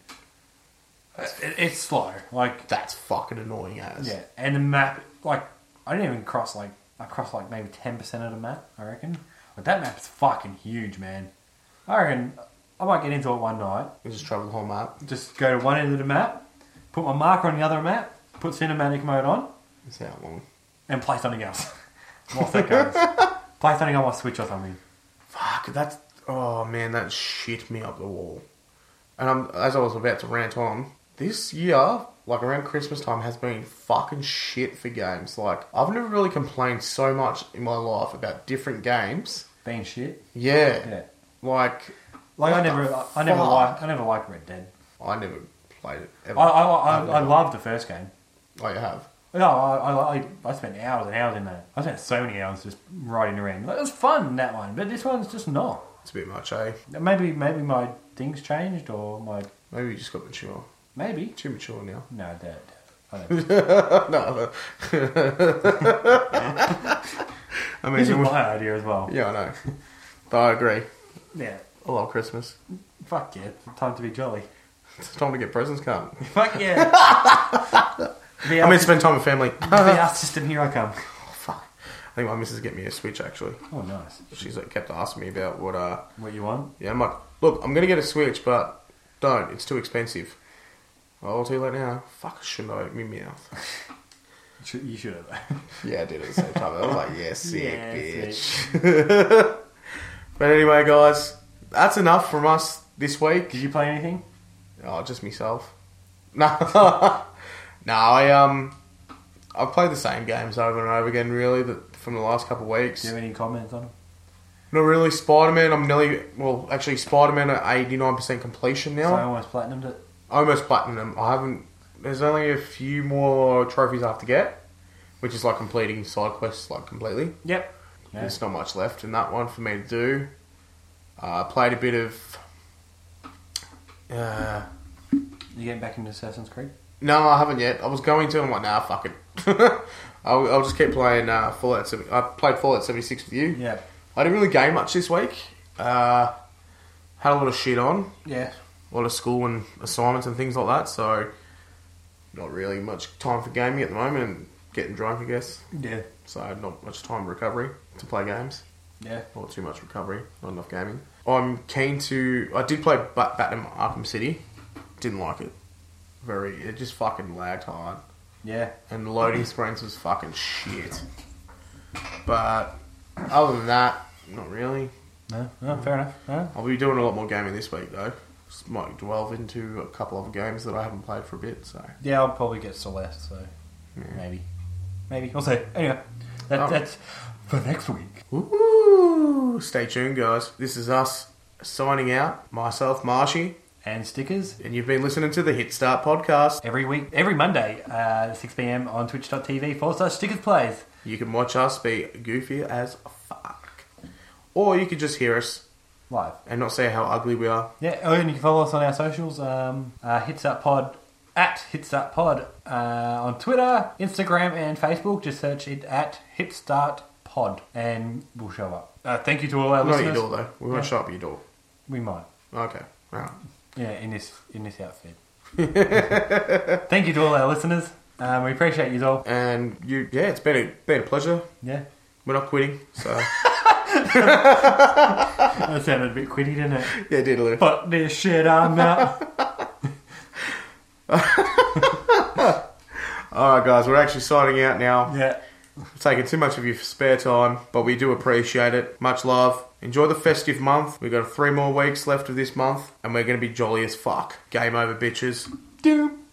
it, it's slow. Like,
That's fucking annoying as.
yeah. And the map, like, I didn't even cross, like, I crossed, like, maybe 10% of the map, I reckon. But that map's fucking huge, man. I reckon I might get into it one night.
You just travel the whole map.
Just go to one end of the map, put my marker on the other map, put cinematic mode on,
It's how long?
and play something else. Whilst that goes. play something on my Switch or something.
Fuck, that's. Oh man, that shit me up the wall. And I'm, as I was about to rant on, this year, like around Christmas time, has been fucking shit for games. Like, I've never really complained so much in my life about different games.
Being shit.
Yeah.
Yeah.
Like,
Like I
What the
never, I, I never
fuck?
liked, I never liked Red Dead.
I never played it
I,
ever.
I, I, I,
I've
I
never-
loved the first game.
Oh, you have?
No, I, I, I, I spent hours and hours in that. I spent so many hours just riding around. Like, it was fun that one, but this one's just not.
It's a bit much, eh?
Maybe, maybe my things changed, or my
Maybe you just got mature.
maybe.
Too mature now.
No, that. I don't.
no, I mean,
this is
you-
my idea as well.
yeah, I know. But I agree.
Yeah.
I love Christmas.
Fuck yeah! Time to be jolly.
It's time to get presents, can't it?
Fuck yeah! the
I
art,
mean, spend time with family. Oh,
the art system here I come.
Fuck. I think my missus get me a Switch, actually.
Oh, nice.
She's like, kept asking me about what, uh,
What you want?
yeah, I'm like, look, I'm going to get a Switch, but don't. It's too expensive. Oh, too late now. Fuck, I shouldn't have opened my mouth.
You should- You should have.
Yeah, I did at the same time. I was like, yeah, sick,
Yeah,
bitch. But anyway, guys, that's enough from us this week.
Did you play anything?
Oh, just myself. No, no, I um, I've played the same games over and over again, really, that from the last couple of weeks.
Do you have any comments on it?
Not really Spider Man. I'm nearly well, actually Spider Man at 89 percent completion
So I
now.
almost platinumed it.
Almost platinum. I haven't. There's only a few more trophies I have to get, which is like completing side quests like completely.
Yep. Yeah.
There's not much left in that one for me to do. Uh, played a bit of. Uh,
You getting back into Assassin's Creed?
no, I haven't yet. I was going to. I'm like, nah, fuck it. I'll, I'll just keep playing uh, Fallout. 70, I played Fallout 76 with you.
Yeah.
I didn't really game much this week. Uh, had a lot of shit on,
Yeah.
a lot of school and assignments and things like that. So, not really much time for gaming at the moment. And getting drunk, I guess.
Yeah.
So not much time for recovery to play games.
Yeah.
Not too much recovery, not enough gaming. I'm keen to. I did play Bat- Batman Arkham City. Didn't like it. Very. It just fucking lagged hard.
Yeah.
And the loading screens was fucking shit. But other than that, not really.
No. no fair enough. No.
I'll be doing a lot more gaming this week though. Just might delve into a couple other games that I haven't played for a bit. So
Yeah, I'll probably get Celeste, so maybe. Maybe. We'll see. Anyway, that,
Oh.
that's for next week.
Ooh, stay tuned, guys. This is us signing out. Myself, Marshy,
And stickers
and you've been listening to the Hit Start podcast.
every week, every Monday, uh, 6 p.m. on twitch.tv forward slash stickers plays.
You can watch us be goofy as fuck. Or you could just hear us
Live.
and not say how ugly we are.
Yeah, oh, and you can follow us on our socials. Um, uh, hits that pod at hits that pod uh, on Twitter, Instagram, and Facebook. Just search it at Hitstart Pod, and we'll show up. Uh, thank you to all our
Not at your
listeners.
door though. We won't
Yeah.
show up at your door.
We might,
Okay. Alright.
yeah, in this in this outfit. thank you to all our listeners. Um, we appreciate you all.
And you, yeah, it's been a been a pleasure.
Yeah,
We're not quitting, so
that sounded a bit quitty, didn't it?
yeah, did a little.
Fuck this shit, I'm out.
All right, guys, we're actually signing out now.
yeah.
We've taken too much of your spare time, but we do appreciate it. Much love. Enjoy the festive month. We've got three more weeks left of this month, and we're going to be jolly as fuck. Game over, bitches.
Doom.